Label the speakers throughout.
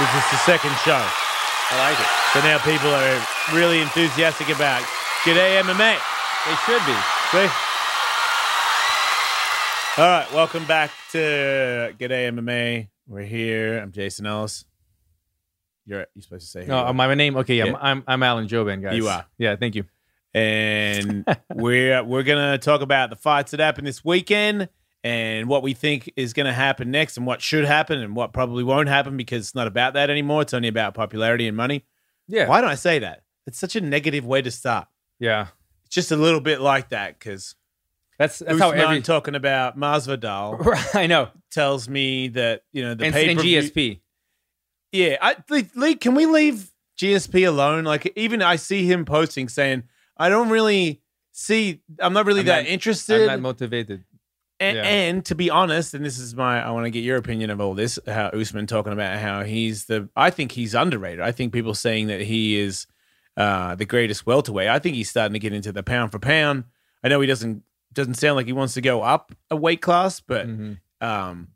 Speaker 1: It's the second show.
Speaker 2: I like it.
Speaker 1: So now people are really enthusiastic about G'day MMA.
Speaker 2: They should be.
Speaker 1: See? All right, welcome back to G'day MMA. We're here. I'm Jason Ellis. You're you're supposed to say who
Speaker 3: No,
Speaker 1: you
Speaker 3: uh,
Speaker 1: are.
Speaker 3: my, my name. Okay, yeah,
Speaker 1: Yeah.
Speaker 3: I'm I'm Alan Jobin, guys.
Speaker 1: You are.
Speaker 3: Yeah, thank you.
Speaker 1: and we're we're gonna talk about the fights that happened this weekend and what we think is gonna happen next and what should happen and what probably won't happen because it's not about that anymore. It's only about popularity and money.
Speaker 3: Yeah.
Speaker 1: Why don't I say that? It's such a negative way to start.
Speaker 3: Yeah.
Speaker 1: It's just a little bit like that because
Speaker 3: That's that's
Speaker 1: Usman
Speaker 3: how every.
Speaker 1: talking about Masvidal
Speaker 3: I know.
Speaker 1: tells me that you know the
Speaker 3: And,
Speaker 1: pay
Speaker 3: and GSP.
Speaker 1: Yeah, I Lee, Lee, can we leave GSP alone? Like even I see him posting saying, I don't really see I'm not really
Speaker 3: I'm
Speaker 1: that
Speaker 3: not-
Speaker 1: interested.
Speaker 3: I'm not motivated.
Speaker 1: and,
Speaker 3: yeah.
Speaker 1: and to be honest, and this is my I want to get your opinion of all this, how Usman talking about how he's the I think he's underrated. I think people saying that he is uh the greatest welterweight. I think he's starting to get into the pound for pound. I know he doesn't doesn't sound like he wants to go up a weight class, but
Speaker 3: Mhm.
Speaker 1: um,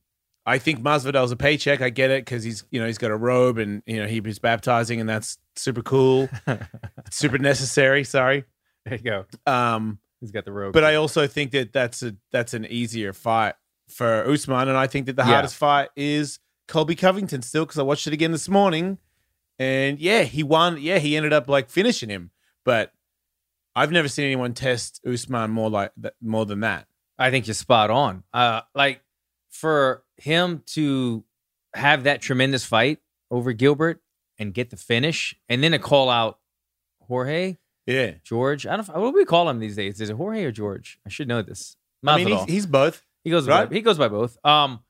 Speaker 1: I think Masvidal's a paycheck. I get it because he's you know he's got a robe and you know he was baptizing and that's super cool, It's super necessary. Sorry,
Speaker 3: There you go.
Speaker 1: um,
Speaker 3: He's got the rope.
Speaker 1: but I also think that that's a that's an easier fight for Usman, and I think that the
Speaker 3: Yeah.
Speaker 1: hardest fight is Colby Covington still because I watched it again this morning, and yeah, he won. Yeah, he ended up like finishing him, but I've never seen anyone test Usman more like th- more than that.
Speaker 3: I think you're spot on. Uh, like for him to have that tremendous fight over Gilbert and get the finish, and then to call out Jorge
Speaker 1: Yeah,
Speaker 3: George. I don't. What do we call him these days? Is it Jorge or George? I should know this.
Speaker 1: I mean he's,
Speaker 3: Masvidal.
Speaker 1: he's both.
Speaker 3: He goes
Speaker 1: Right?
Speaker 3: by, he goes by both. Um,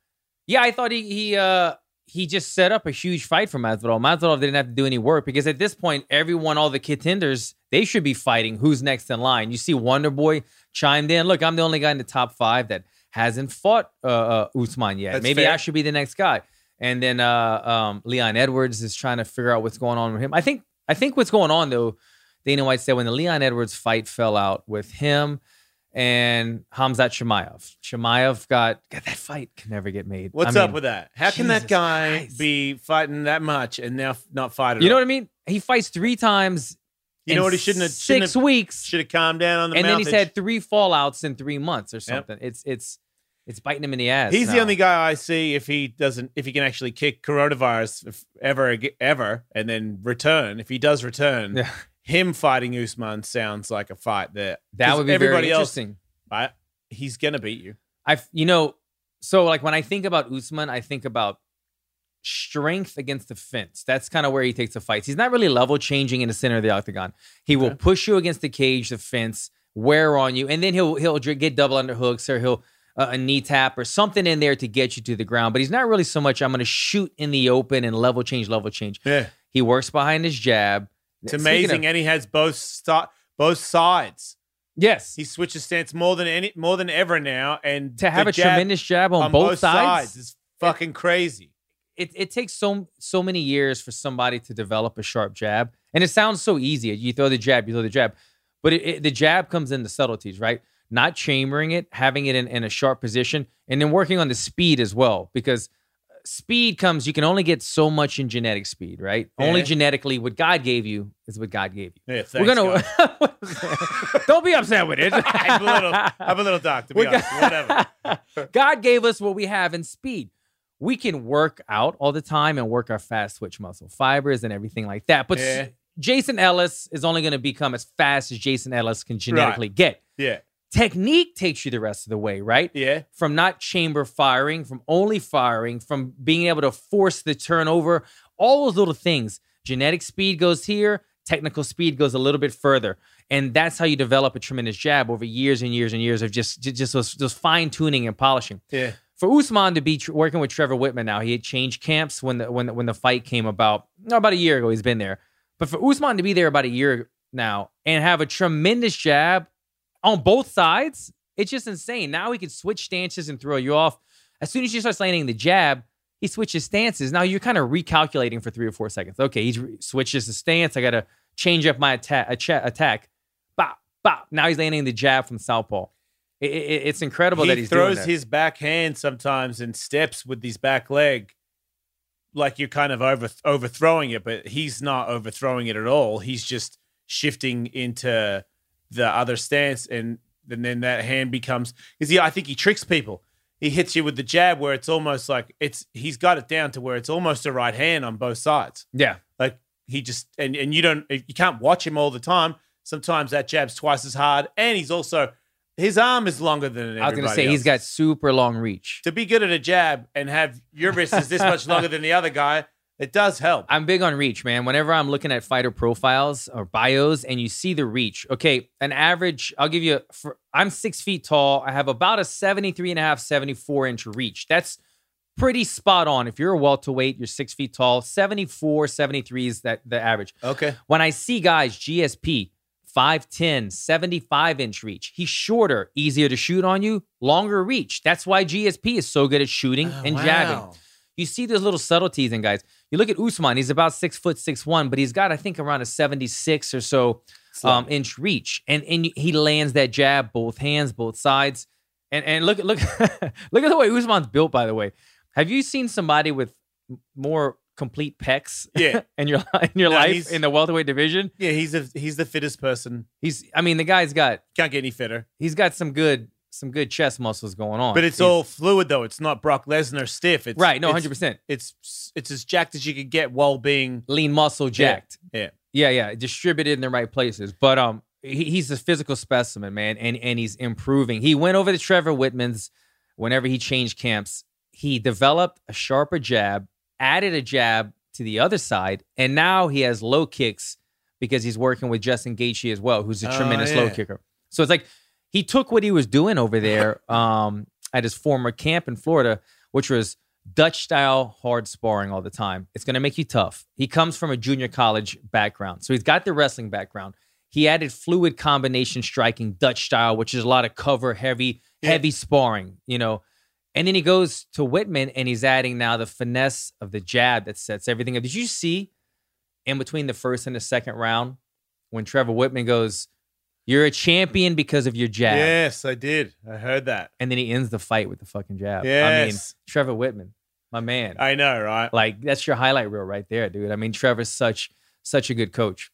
Speaker 3: yeah, I thought he he uh he just set up a huge fight for Masvidal. Masvidal didn't have to do any work because at this point, everyone, all the contenders, they should be fighting who's next in line. You see, Wonder Boy chimed in. Look, I'm the only guy in the top five that hasn't fought uh, uh Usman yet.
Speaker 1: That's
Speaker 3: Maybe
Speaker 1: fair.
Speaker 3: I should be the next guy. And then uh um Leon Edwards is trying to figure out what's going on with him. I think I think what's going on though, Dana White said when the Leon Edwards fight fell out with him and Hamzat Shemaev. Shemaev got God, that fight can never get made.
Speaker 1: What's
Speaker 3: I
Speaker 1: up
Speaker 3: mean,
Speaker 1: with that? How can that
Speaker 3: Jesus
Speaker 1: guy
Speaker 3: Christ.
Speaker 1: be fighting that much and now f- not fight at
Speaker 3: You know
Speaker 1: all?
Speaker 3: what I mean? He fights three times.
Speaker 1: You
Speaker 3: in
Speaker 1: know what he shouldn't have.
Speaker 3: 6
Speaker 1: shouldn't have,
Speaker 3: weeks,
Speaker 1: Should have calmed down on the.
Speaker 3: and then he's
Speaker 1: mouthage.
Speaker 3: had three fallouts in three months or something. It's it's it's biting him in the ass.
Speaker 1: He's the
Speaker 3: now.
Speaker 1: only guy I see if he doesn't, if he can actually kick coronavirus if ever, ag- ever, and then return. If he does return,
Speaker 3: Yeah.
Speaker 1: him fighting Usman sounds like a fight that
Speaker 3: That
Speaker 1: 'cause
Speaker 3: would be
Speaker 1: everybody
Speaker 3: very
Speaker 1: else.
Speaker 3: interesting.
Speaker 1: I, he's gonna beat you.
Speaker 3: I you know so like when I think about Usman, I think about strength against the fence. That's kind of where he takes the fights. He's not really level changing in the center of the octagon. He will
Speaker 1: Okay.
Speaker 3: push you against the cage, the fence, wear on you, and then he'll he'll dr- get double underhooks or he'll uh, a knee tap or something in there to get you to the ground. But he's not really so much I'm going to shoot in the open and level change, level change.
Speaker 1: Yeah,
Speaker 3: He works behind his jab.
Speaker 1: it's
Speaker 3: Speaking
Speaker 1: amazing,
Speaker 3: Of,
Speaker 1: and he has both sti- both sides.
Speaker 3: yes.
Speaker 1: He switches stance more than any more than ever now, and
Speaker 3: to have
Speaker 1: the
Speaker 3: a
Speaker 1: jab
Speaker 3: tremendous jab on, both, sides
Speaker 1: is fucking crazy.
Speaker 3: it, it takes so so many years for somebody to develop a sharp jab and it sounds so easy you throw the jab you throw the jab but it, it- the jab comes in the subtleties right not chambering it having it in, in a sharp position and then working on the speed as well because uh, speed comes you can only get so much in genetic speed right only
Speaker 1: Yeah.
Speaker 3: genetically what god gave you is what god gave you
Speaker 1: Yeah,
Speaker 3: we're gonna don't be upset with it
Speaker 1: I'm a little, I'm a little dark to be
Speaker 3: We
Speaker 1: honest.
Speaker 3: got-
Speaker 1: Whatever.
Speaker 3: God gave us what we have in speed. We can work out all the time and work our fast twitch muscle fibers and everything like that. But s-
Speaker 1: Yeah.
Speaker 3: Jason Ellis is only going to become as fast as Jason Ellis can genetically get.
Speaker 1: Yeah,
Speaker 3: Technique takes you the rest of the way, right?
Speaker 1: yeah.
Speaker 3: From not chamber firing, from only firing, from being able to force the turnover, all those little things. Genetic speed goes here, technical speed goes a little bit further. And that's how you develop a tremendous jab over years and years and years of just ju- just those, those fine tuning and polishing
Speaker 1: Yeah.
Speaker 3: for Usman to be tr- working with Trevor Whitman now, he had changed camps when the when the, when the fight came about no, about a year ago. He's been there, but for Usman to be there about a year now and have a tremendous jab on both sides, it's just insane. Now he can switch stances and throw you off. As soon as he starts landing the jab, he switches stances. Now you're kind of recalculating for three or four seconds. Okay, he re- switches the stance. I got to change up my attack. attack. Bop, bop. Now he's landing the jab from southpaw. It, it, it's incredible
Speaker 1: he
Speaker 3: that he's doing
Speaker 1: throws
Speaker 3: that.
Speaker 1: his back hand sometimes and steps with his back leg like you're kind of over overthrowing it, but he's not overthrowing it at all. He's just shifting into the other stance, and, and then that hand becomes because yeah, I think he tricks people. He hits you with the jab where it's almost like it's he's got it down to where it's almost a right hand on both sides.
Speaker 3: Yeah.
Speaker 1: Like he just and and you don't you can't watch him all the time. Sometimes that jab's twice as hard, and he's also his arm is longer than everybody
Speaker 3: I was going to say,
Speaker 1: else
Speaker 3: he's got super long reach.
Speaker 1: to be good at a jab and have your wrist is this much longer than the other guy, it does help.
Speaker 3: I'm big on reach, man. Whenever I'm looking at fighter profiles or bios and you see the reach, okay, an average, I'll give you, for, I'm six feet tall. I have about a 73 and a half, 74 inch reach. That's pretty spot on. If you're a welterweight, you're six feet tall, 74, 73 is that the average.
Speaker 1: Okay.
Speaker 3: When I see guys, GSP, 5'10, 75 inch reach, he's shorter, easier to shoot on you, longer reach. That's why GSP is so good at shooting
Speaker 1: Oh,
Speaker 3: and jabbing. You see those little subtleties in guys. You look at Usman; he's about six foot six one, but he's got I think around a seventy six or so um, inch reach, and and he lands that jab both hands, both sides, and and look look look at the way Usman's built. By the way, have you seen somebody with m- more complete pecs
Speaker 1: Yeah.
Speaker 3: in your in your
Speaker 1: No,
Speaker 3: life
Speaker 1: he's-
Speaker 3: in the welterweight division?
Speaker 1: Yeah, he's a, he's the fittest person.
Speaker 3: He's I mean the guy's got
Speaker 1: Can't get any fitter.
Speaker 3: he's got some good some good chest muscles going on,
Speaker 1: But it's
Speaker 3: He's-
Speaker 1: all fluid though. It's not Brock Lesnar stiff. It's
Speaker 3: Oh, right. No,
Speaker 1: it's-
Speaker 3: hundred percent
Speaker 1: It's it's as jacked as you could get while being
Speaker 3: lean muscle jacked.
Speaker 1: yeah.
Speaker 3: Yeah, yeah, distributed in the right places. But um, he, he's a physical specimen, man, and and he's improving. He went over to Trevor Whitman's. Whenever he changed camps, he developed a sharper jab, added a jab to the other side, and now he has low kicks because he's working with Justin Gaethje as well, who's a
Speaker 1: Oh,
Speaker 3: tremendous low
Speaker 1: yeah.
Speaker 3: kicker. So it's like he took what he was doing over there um, at his former camp in Florida, which was Dutch style hard sparring all the time. It's going to make you tough. He comes from a junior college background. So he's got the wrestling background. He added fluid combination striking, Dutch style, which is a lot of cover, heavy,
Speaker 1: Yeah.
Speaker 3: heavy sparring, you know. And then he goes to Whitman and he's adding now the finesse of the jab that sets everything up. Did you see in between the first and the second round when Trevor Whitman goes, You're a champion because of your jab?
Speaker 1: Yes, I did. I heard that.
Speaker 3: And then he ends the fight with the fucking jab. I mean,
Speaker 1: Yes.
Speaker 3: Trevor Whitman, my man.
Speaker 1: I know, right?
Speaker 3: Like that's your highlight reel right there, dude. I mean, Trevor's such such a good coach.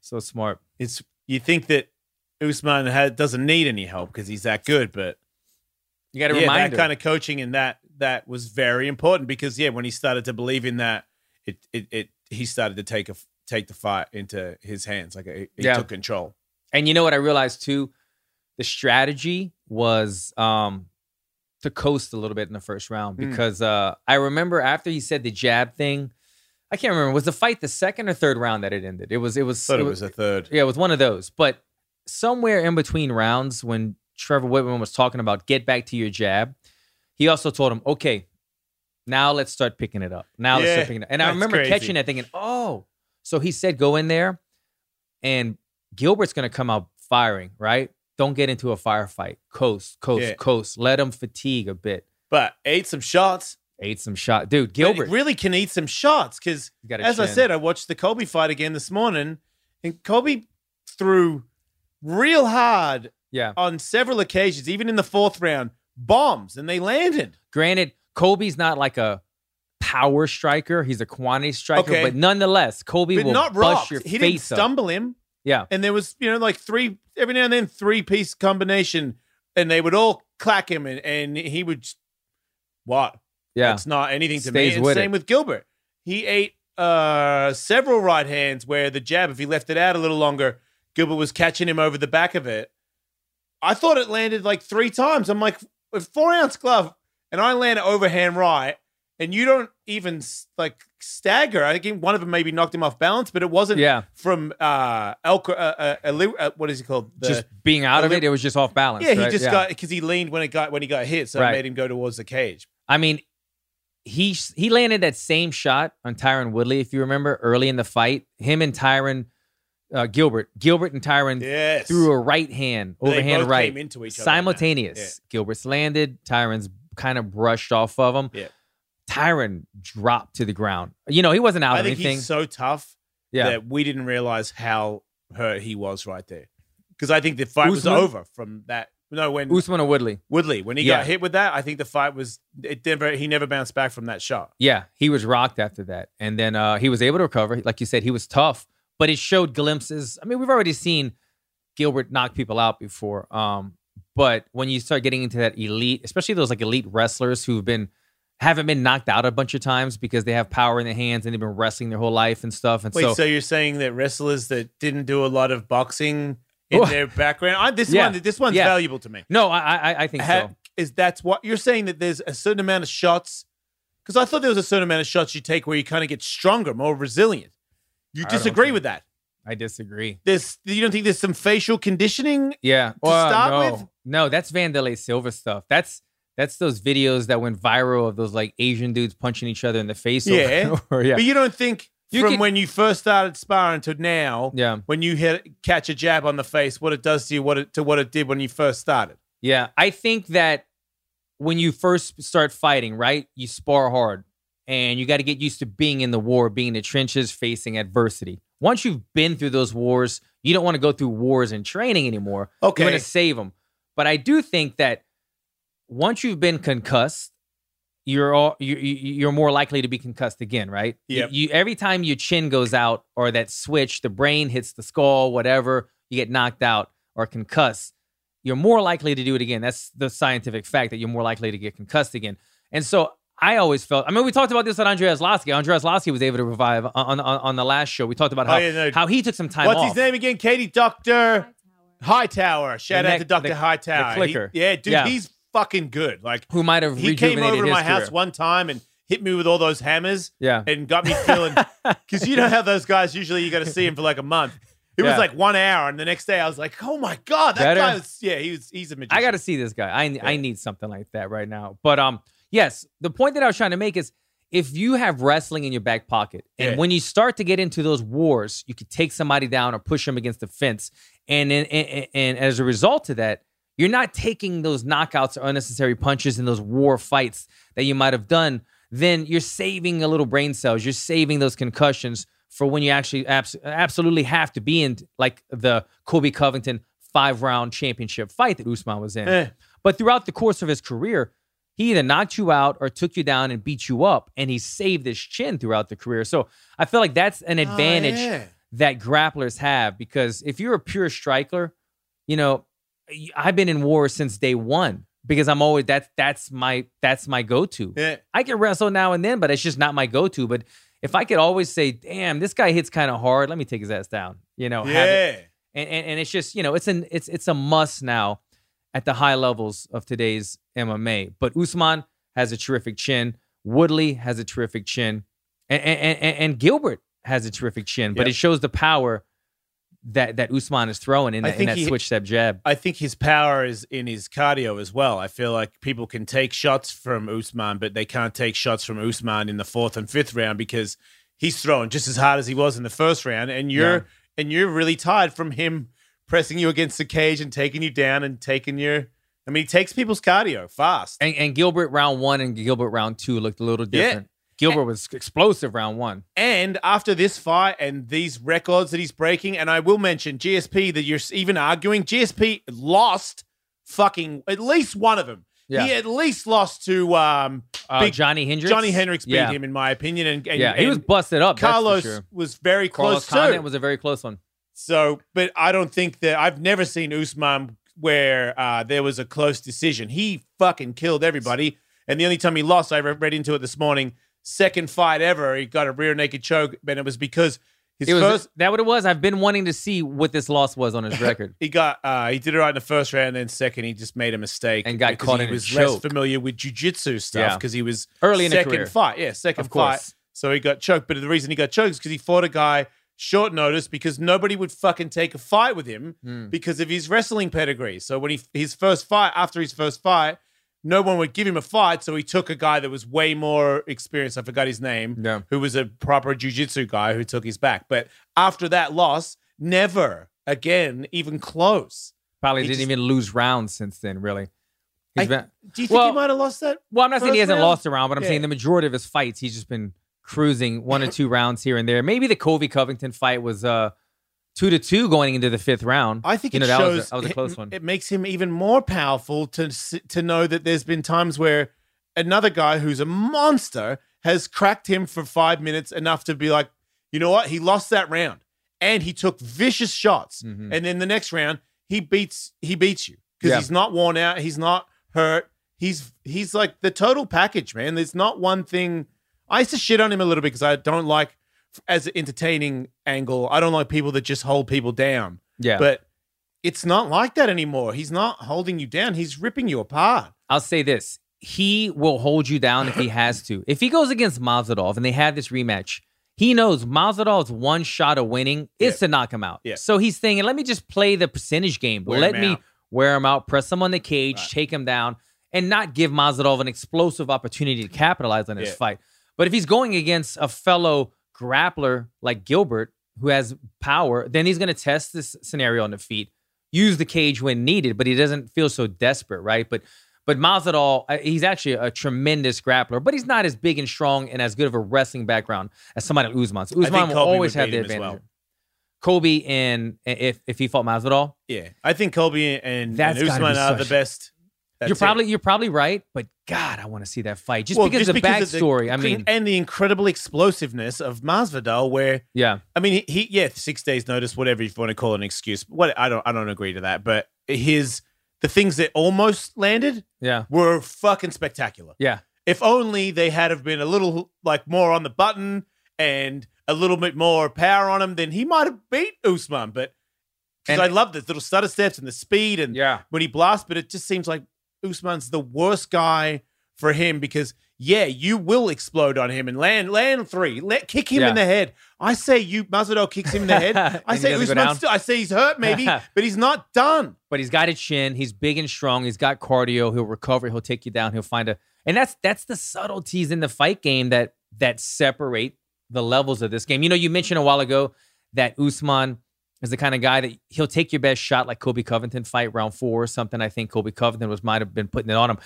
Speaker 3: So smart.
Speaker 1: It's you think that Usman had, doesn't need any help because he's that good, but
Speaker 3: You got to
Speaker 1: yeah,
Speaker 3: remind
Speaker 1: that
Speaker 3: him.
Speaker 1: kind of coaching and that that was very important because yeah, when he started to believe in that, it it, it he started to take a take the fight into his hands. Like he, he
Speaker 3: Yeah.
Speaker 1: took control.
Speaker 3: and you know what I realized too? The strategy was um to coast a little bit in the first round
Speaker 1: Mm.
Speaker 3: because uh I remember after he said the jab thing, I can't remember. Was the fight the second or third round that it ended? It was it was
Speaker 1: Thought it was a third.
Speaker 3: Yeah, it was one of those. But somewhere in between rounds, when Trevor Whitman was talking about get back to your jab, he also told him, okay, now let's start picking it up. Now let's
Speaker 1: Yeah,
Speaker 3: start picking it up. And I
Speaker 1: that's
Speaker 3: remember
Speaker 1: crazy.
Speaker 3: catching that thinking, oh, so he said go in there and Gilbert's going to come out firing, right? Don't get into a firefight. Coast, coast,
Speaker 1: Yeah.
Speaker 3: coast. Let him fatigue a bit.
Speaker 1: But ate some shots.
Speaker 3: Ate some shot. Dude,
Speaker 1: But he
Speaker 3: Gilbert.
Speaker 1: really can eat some shots because
Speaker 3: got a
Speaker 1: as I
Speaker 3: chin.
Speaker 1: said, I watched the Colby fight again this morning, and Colby threw real hard
Speaker 3: yeah.
Speaker 1: on several occasions, even in the fourth round, bombs, and they landed.
Speaker 3: Granted, Kobe's not like a power striker; he's a quantity striker.
Speaker 1: Okay.
Speaker 3: But nonetheless, Kobe
Speaker 1: But
Speaker 3: will
Speaker 1: not
Speaker 3: bust
Speaker 1: rocked.
Speaker 3: your
Speaker 1: He didn't
Speaker 3: face up.
Speaker 1: stumble him.
Speaker 3: Yeah,
Speaker 1: and there was you know like three every now and then three piece combination and they would all clack him and, and he would just, what
Speaker 3: yeah,
Speaker 1: it's not anything to
Speaker 3: Stays
Speaker 1: me and
Speaker 3: with
Speaker 1: same
Speaker 3: it.
Speaker 1: with gilbert he ate uh several right hands where the jab if he left it out a little longer gilbert was catching him over the back of it i thought it landed like three times i'm like with four ounce glove and i land an overhand right and you don't even s- like stagger i think one of them maybe knocked him off balance but it wasn't
Speaker 3: yeah.
Speaker 1: from uh, El, uh, uh, Eli- uh, what is he called? The-
Speaker 3: just being out of
Speaker 1: the-
Speaker 3: it, it was just off balance.
Speaker 1: yeah, he
Speaker 3: right?
Speaker 1: just got because he leaned when it got when he got hit, so
Speaker 3: Right.
Speaker 1: it made him go towards the cage.
Speaker 3: I mean, he s- he landed that same shot on Tyron Woodley, if you remember, early in the fight. Him and Tyron uh, Gilbert, Gilbert and Tyron
Speaker 1: Yes,
Speaker 3: Mm. threw a right hand,
Speaker 1: They
Speaker 3: overhand
Speaker 1: both
Speaker 3: right.
Speaker 1: came into each other in that.
Speaker 3: simultaneous. Gilbert's landed. Tyron's kind of brushed off of him.
Speaker 1: Yeah.
Speaker 3: Tyron dropped to the ground. You know, he wasn't out
Speaker 1: I
Speaker 3: of
Speaker 1: think
Speaker 3: anything.
Speaker 1: he's so tough
Speaker 3: yeah.
Speaker 1: that we didn't realize how hurt he was right there because I think the fight was
Speaker 3: Usman?
Speaker 1: over from that. No, when
Speaker 3: Usman or Woodley.
Speaker 1: Woodley, when he
Speaker 3: Yeah.
Speaker 1: got hit with that, I think the fight was it never he never bounced back from that shot.
Speaker 3: Yeah, he was rocked after that. And then uh, he was able to recover. Like you said, he was tough, but it showed glimpses. I mean, we've already seen Gilbert knock people out before. Um, but when you start getting into that elite, especially those like elite wrestlers who've been haven't been knocked out a bunch of times because they have power in their hands and they've been wrestling their whole life and stuff. And
Speaker 1: Wait, so,
Speaker 3: so,
Speaker 1: you're saying that wrestlers that didn't do a lot of boxing in
Speaker 3: Oh.
Speaker 1: their background, I, this
Speaker 3: Yeah.
Speaker 1: one this one's
Speaker 3: Yeah.
Speaker 1: valuable to me.
Speaker 3: no, I I, I think
Speaker 1: Ha-
Speaker 3: so.
Speaker 1: Is that's what you're saying that there's a certain amount of shots? Because I thought there was a certain amount of shots you take where you kind of get stronger, more resilient. You
Speaker 3: I don't
Speaker 1: disagree
Speaker 3: think-
Speaker 1: with that?
Speaker 3: I disagree.
Speaker 1: There's you don't think there's some facial conditioning?
Speaker 3: Yeah.
Speaker 1: To start
Speaker 3: no.
Speaker 1: with?
Speaker 3: No, that's Vandalay Silva stuff. That's that's those videos that went viral of those like Asian dudes punching each other in the face. over
Speaker 1: Yeah.
Speaker 3: and over. yeah.
Speaker 1: But you don't think
Speaker 3: You
Speaker 1: from
Speaker 3: can-
Speaker 1: when you first started sparring to now,
Speaker 3: Yeah.
Speaker 1: when you hit catch a jab on the face, what it does to you, what it to what it did when you first started.
Speaker 3: Yeah. I think that when you first start fighting, right, you spar hard and you got to get used to being in the war, being in the trenches, facing adversity. Once you've been through those wars, you don't want to go through wars and training anymore. You want
Speaker 1: Okay.
Speaker 3: to save them. But I do think that once you've been concussed, you're all you, you- you're more likely to be concussed again, right? You-
Speaker 1: Yep.
Speaker 3: You, every time your chin goes out or that switch, the brain hits the skull, whatever, you get knocked out or concussed. You're more likely to do it again. That's the scientific fact that you're more likely to get concussed again. And so I always felt. I mean, we talked about this on Andreas Lasky. Andreas Lasky was able to revive on, on on the last show. We talked about
Speaker 1: Oh,
Speaker 3: how
Speaker 1: yeah, no.
Speaker 3: how he took some time
Speaker 1: What's
Speaker 3: off.
Speaker 1: his name again? Katie Doctor Hightower. Shout
Speaker 3: The
Speaker 1: out
Speaker 3: neck-
Speaker 1: to Doctor
Speaker 3: the-
Speaker 1: Hightower.
Speaker 3: the
Speaker 1: He-
Speaker 3: clicker.
Speaker 1: yeah, dude,
Speaker 3: Yeah.
Speaker 1: he's fucking good. Like
Speaker 3: Who might have
Speaker 1: he
Speaker 3: rejuvenated
Speaker 1: came over to
Speaker 3: his
Speaker 1: my
Speaker 3: career.
Speaker 1: house one time and hit me with all those hammers
Speaker 3: Yeah.
Speaker 1: and got me feeling because you know how those guys usually you got to see him for like a month. It
Speaker 3: Yeah.
Speaker 1: was like one hour, and the next day I was like, "Oh my god, that
Speaker 3: Better.
Speaker 1: guy was yeah, he was he's a magician."
Speaker 3: I got to see this guy. I I need something like that right now. But um, yes, the point that I was trying to make is if you have wrestling in your back pocket, and
Speaker 1: Yeah.
Speaker 3: when you start to get into those wars, you could take somebody down or push them against the fence, and and, and, and as a result of that. You're not taking those knockouts or unnecessary punches in those war fights that you might have done. Then you're saving a little brain cells. You're saving those concussions for when you actually abs- absolutely have to be in, like the Kobe Covington five round championship fight that Usman was in.
Speaker 1: Eh.
Speaker 3: But throughout the course of his career, he either knocked you out or took you down and beat you up, and he saved his chin throughout the career. So I feel like that's an
Speaker 1: Oh,
Speaker 3: advantage
Speaker 1: yeah.
Speaker 3: that grapplers have because if you're a pure striker, you know, y- I've been in war since day one because I'm always that's that's my that's my go-to.
Speaker 1: Yeah.
Speaker 3: I can wrestle now and then, but it's just not my go-to. But if I could always say, "Damn, this guy hits kind of hard. Let me take his ass down," you know, have it-
Speaker 1: yeah.
Speaker 3: and, and and it's just you know it's an it's it's a must now at the high levels of today's MMA. But Usman has a terrific chin. Woodley has a terrific chin, and and and, and Gilbert has a terrific chin. But
Speaker 1: Yep.
Speaker 3: it shows the power that that Usman is throwing in
Speaker 1: I
Speaker 3: that, in
Speaker 1: think
Speaker 3: that
Speaker 1: he-
Speaker 3: switch step jab.
Speaker 1: I think his power is in his cardio as well. I feel like people can take shots from Usman, but they can't take shots from Usman in the fourth and fifth round because he's throwing just as hard as he was in the first round, and you're
Speaker 3: Yeah.
Speaker 1: and you're really tired from him pressing you against the cage and taking you down and taking your. I mean, he takes people's cardio fast.
Speaker 3: And, and Gilbert round one and Gilbert round two looked a little
Speaker 1: Yeah.
Speaker 3: different. Gilbert was explosive round one.
Speaker 1: And after this fight and these records that he's breaking, and I will mention GSP that you're even arguing, GSP lost fucking at least one of them.
Speaker 3: Yeah.
Speaker 1: He at least lost to um,
Speaker 3: Uh,
Speaker 1: Big-
Speaker 3: Johnny Hendricks.
Speaker 1: Johnny Hendricks beat
Speaker 3: yeah.
Speaker 1: him, in my opinion. And, and
Speaker 3: yeah, he was
Speaker 1: and
Speaker 3: busted up.
Speaker 1: Carlos
Speaker 3: Carlos, that's for sure.
Speaker 1: was very close
Speaker 3: Carlos
Speaker 1: too.
Speaker 3: Condit was a very close one.
Speaker 1: so, but I don't think that I've never seen Usman where uh, there was a close decision. He fucking killed everybody. And the only time he lost, I re- read into it this morning. Second fight ever, he got a rear naked choke, and it was because his
Speaker 3: It was
Speaker 1: first
Speaker 3: that what it was. I've been wanting to see what this loss was on his record.
Speaker 1: he got uh he did it right in the first round and then second he just made a mistake
Speaker 3: And got
Speaker 1: because
Speaker 3: caught
Speaker 1: he
Speaker 3: in a
Speaker 1: was
Speaker 3: choke.
Speaker 1: less familiar with jujitsu stuff
Speaker 3: Yeah.
Speaker 1: because he was
Speaker 3: Early in the
Speaker 1: second
Speaker 3: career.
Speaker 1: fight yeah second
Speaker 3: Of course.
Speaker 1: fight so he got choked but the reason he got choked is because he fought a guy short notice because nobody would fucking take a fight with him
Speaker 3: Hmm.
Speaker 1: because of his wrestling pedigree so when he his first fight after his first fight no one would give him a fight so he took a guy that was way more experienced I forgot his name
Speaker 3: Yeah.
Speaker 1: who was a proper jujitsu guy who took his back. But after that loss, never again even close.
Speaker 3: Probably
Speaker 1: He
Speaker 3: didn't
Speaker 1: just-
Speaker 3: even lose rounds since then, really. He's
Speaker 1: I-
Speaker 3: been-
Speaker 1: Do you think
Speaker 3: Well-
Speaker 1: he might have lost that?
Speaker 3: well, I'm not saying he
Speaker 1: first
Speaker 3: hasn't
Speaker 1: round?
Speaker 3: lost a round, but I'm
Speaker 1: Yeah.
Speaker 3: saying the majority of his fights, he's just been cruising one or two rounds here and there. Maybe the Covey Covington fight was uh two to two going into the fifth round.
Speaker 1: I think
Speaker 3: You
Speaker 1: it
Speaker 3: know, that was a-
Speaker 1: shows
Speaker 3: that was a
Speaker 1: it-
Speaker 3: close one.
Speaker 1: It makes him even more powerful to s- to know that there's been times where another guy who's a monster has cracked him for five minutes enough to be like, you know what, he lost that round, and he took vicious shots,
Speaker 3: Mhm.
Speaker 1: and then the next round he beats he beats you because
Speaker 3: Yeah.
Speaker 1: he's not worn out, he's not hurt, he's he's like the total package, man. There's not one thing. I used to shit on him a little bit because I don't like as an entertaining angle. I don't like people that just hold people down.
Speaker 3: Yeah.
Speaker 1: But it's not like that anymore. He's not holding you down. He's ripping you apart.
Speaker 3: I'll say this. He will hold you down if he has to. If he goes against Mazadov and they have this rematch, he knows Mazadov's one shot of winning is
Speaker 1: Yeah.
Speaker 3: to knock him out.
Speaker 1: Yeah.
Speaker 3: So he's thinking, let me just play the percentage game.
Speaker 1: Wear
Speaker 3: let
Speaker 1: him
Speaker 3: me
Speaker 1: out.
Speaker 3: wear him out, press him on the cage,
Speaker 1: Right.
Speaker 3: take him down, and not give Mazadov an explosive opportunity to capitalize on his
Speaker 1: Yeah.
Speaker 3: fight. But if he's going against a fellow grappler like Gilbert, who has power, then he's going to test this scenario on the feet, use the cage when needed, but he doesn't feel so desperate, right? But but Masvidal, uh, he's actually a tremendous grappler, but he's not as big and strong and as good of a wrestling background as somebody like Usman. So
Speaker 1: I think
Speaker 3: Usman
Speaker 1: Colby
Speaker 3: will
Speaker 1: would
Speaker 3: always have
Speaker 1: beat
Speaker 3: the
Speaker 1: him as
Speaker 3: advantage.
Speaker 1: well.
Speaker 3: Kobe and if if he fought Masvidal,
Speaker 1: Yeah. I think Colby and,
Speaker 3: That's
Speaker 1: and
Speaker 3: gotta be
Speaker 1: Usman are
Speaker 3: such-
Speaker 1: the best. That's
Speaker 3: you're
Speaker 1: it.
Speaker 3: probably you're probably right, but God, I want to see that fight just
Speaker 1: Well,
Speaker 3: because of the
Speaker 1: because of the-
Speaker 3: backstory. I mean,
Speaker 1: and the incredible explosiveness of Masvidal, where
Speaker 3: yeah,
Speaker 1: I mean, he, he yeah, six days notice, whatever you want to call it an excuse. What I don't, I don't agree to that. But his the things that almost landed
Speaker 3: yeah,
Speaker 1: were fucking spectacular.
Speaker 3: yeah,
Speaker 1: If only they had have been a little like more on the button and a little bit more power on him, then he might have beat Usman. But because
Speaker 3: And-
Speaker 1: I love the little stutter steps and the speed and
Speaker 3: yeah.
Speaker 1: when he blasts, but it just seems like Usman's the worst guy for him because yeah, you will explode on him and land land three, let kick him
Speaker 3: Yeah.
Speaker 1: in the head. I say you Masvidal kicks him in the head.
Speaker 3: And
Speaker 1: I
Speaker 3: he
Speaker 1: say
Speaker 3: doesn't go down?
Speaker 1: Usman. Still, I say he's hurt maybe, but he's not done.
Speaker 3: but he's got a chin. He's big and strong. He's got cardio. He'll recover. He'll take you down. He'll find a. And that's that's the subtleties in the fight game that that separate the levels of this game. You know, you mentioned a while ago that Usman is the kind of guy that he'll take your best shot, like Kobe Covington fight round four or something. I think Kobe Covington was might have been putting it on him.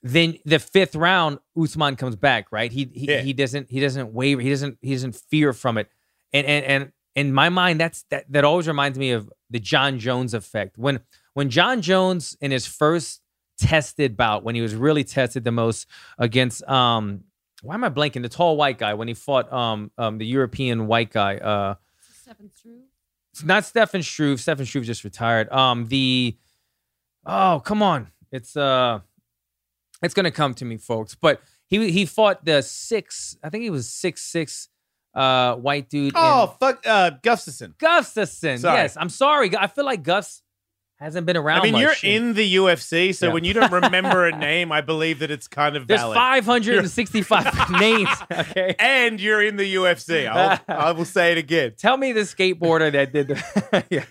Speaker 3: Then the fifth round, Usman comes back. Right? He he,
Speaker 1: Yeah.
Speaker 3: he doesn't he doesn't waver. He doesn't he doesn't fear from it. And and and in my mind, that's that that always reminds me of the John Jones effect. When when John Jones in his first tested bout, when he was really tested the most against um why am I blanking? The tall white guy when he fought um um the European white guy. Uh
Speaker 4: Seven through.
Speaker 3: it's not Stefan Struve. Stefan Struve just retired. Um the oh come on. It's uh it's gonna come to me, folks. But he he fought the six, I think he was six six uh white dude. in-
Speaker 1: Oh fuck, uh, Gustafson.
Speaker 3: Gustafson.
Speaker 1: Sorry.
Speaker 3: Yes, I'm sorry. I feel like Gus hasn't been around.
Speaker 1: I mean,
Speaker 3: much.
Speaker 1: you're
Speaker 3: And
Speaker 1: in the UFC, so
Speaker 3: Yeah.
Speaker 1: when you don't remember a name, I believe that it's kind of
Speaker 3: There's
Speaker 1: valid.
Speaker 3: 565 names. Okay.
Speaker 1: and you're in the UFC. I'll, I will say it again.
Speaker 3: Tell me the skateboarder that did the. yeah,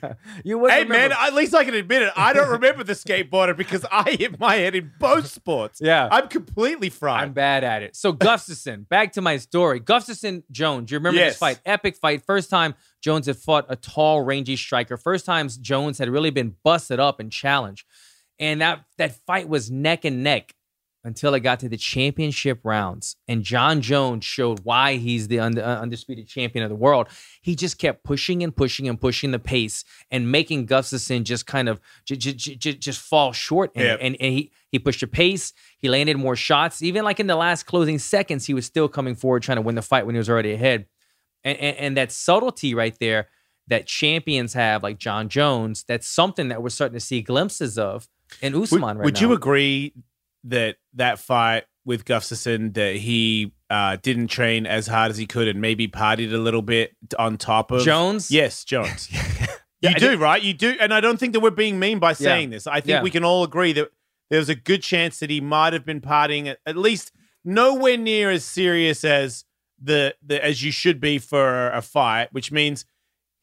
Speaker 3: you would
Speaker 1: Hey
Speaker 3: remember.
Speaker 1: man, at least I can admit it. I don't remember the skateboarder because I hit my head in both sports.
Speaker 3: yeah,
Speaker 1: I'm completely fried.
Speaker 3: I'm bad at it. So Gustafson, back to my story. Gustafson Jones, you remember this
Speaker 1: Yes.
Speaker 3: fight? Epic fight. First time Jones had fought a tall, rangy striker. First times Jones had really been busted up and challenged. And that that fight was neck and neck until it got to the championship rounds. And John Jones showed why he's the und- uh, undisputed champion of the world. He just kept pushing and pushing and pushing the pace and making Gustafson just kind of j- j- j- j- just fall short. And,
Speaker 1: Yeah.
Speaker 3: and, and he, he pushed the pace. He landed more shots. Even like in the last closing seconds, he was still coming forward trying to win the fight when he was already ahead. And, and, and that subtlety right there that champions have, like John Jones, that's something that we're starting to see glimpses of in Usman
Speaker 1: would
Speaker 3: right
Speaker 1: would
Speaker 3: now.
Speaker 1: you agree that that fight with Gustafson that he uh, didn't train as hard as he could and maybe partied a little bit on top of
Speaker 3: Jones?
Speaker 1: Yes, Jones.
Speaker 3: Yeah,
Speaker 1: you
Speaker 3: I
Speaker 1: do, right? You do, and I don't think that we're being mean by saying this. I think
Speaker 3: Yeah.
Speaker 1: we can all agree that there was a good chance that he might have been partying at, at least nowhere near as serious as the, the as you should be for a fight, which means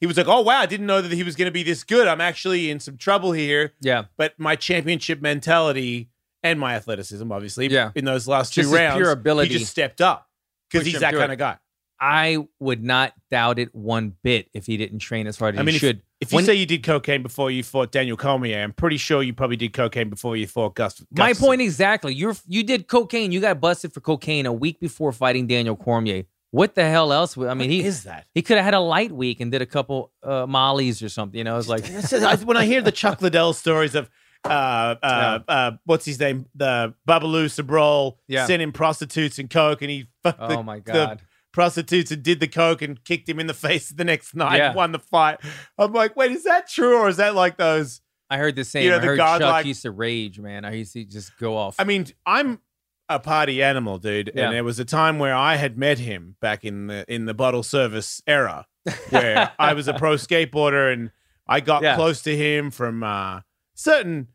Speaker 1: he was like, "Oh wow, I didn't know that he was going to be this good. I'm actually in some trouble here."
Speaker 3: Yeah.
Speaker 1: but my championship mentality and my athleticism, obviously,
Speaker 3: Yeah.
Speaker 1: in those last
Speaker 3: Just
Speaker 1: two
Speaker 3: his
Speaker 1: rounds,
Speaker 3: pure ability.
Speaker 1: he just stepped up because
Speaker 3: Pushed
Speaker 1: he's
Speaker 3: him
Speaker 1: that
Speaker 3: through
Speaker 1: kind
Speaker 3: it.
Speaker 1: of guy.
Speaker 3: I would not doubt it one bit if he didn't train as hard as
Speaker 1: I mean,
Speaker 3: he
Speaker 1: if-
Speaker 3: should.
Speaker 1: If you
Speaker 3: When-
Speaker 1: say you did cocaine before you fought Daniel Cormier, I'm pretty sure you probably did cocaine before you fought Gus.
Speaker 3: My
Speaker 1: Gustafsson.
Speaker 3: point exactly. You are you did cocaine. You got busted for cocaine a week before fighting Daniel Cormier. What the hell else? would- I mean, he
Speaker 1: is that?
Speaker 3: he could have had a light week and did a couple uh, mollies or something. You know, it's like
Speaker 1: This is- I- when I hear the Chuck Liddell stories of uh, uh, uh, what's his name, the Babalu Sabrol,
Speaker 3: Yeah.
Speaker 1: sending prostitutes and coke, and he fucked the,
Speaker 3: oh my
Speaker 1: the
Speaker 3: god,
Speaker 1: prostitutes and did the coke and kicked him in the face the next night,
Speaker 3: Yeah.
Speaker 1: and won the fight. I'm like, wait, is that true, or is that like those?
Speaker 3: I heard the same.
Speaker 1: know,
Speaker 3: I
Speaker 1: the
Speaker 3: heard
Speaker 1: God,
Speaker 3: Chuck
Speaker 1: like-
Speaker 3: used to rage, man. I used to just go off.
Speaker 1: I mean, I'm a party animal, dude,
Speaker 3: Yeah.
Speaker 1: and there was a time where I had met him back in the in the bottle service era, where I was a pro skateboarder and I got
Speaker 3: Yeah.
Speaker 1: close to him from uh, certain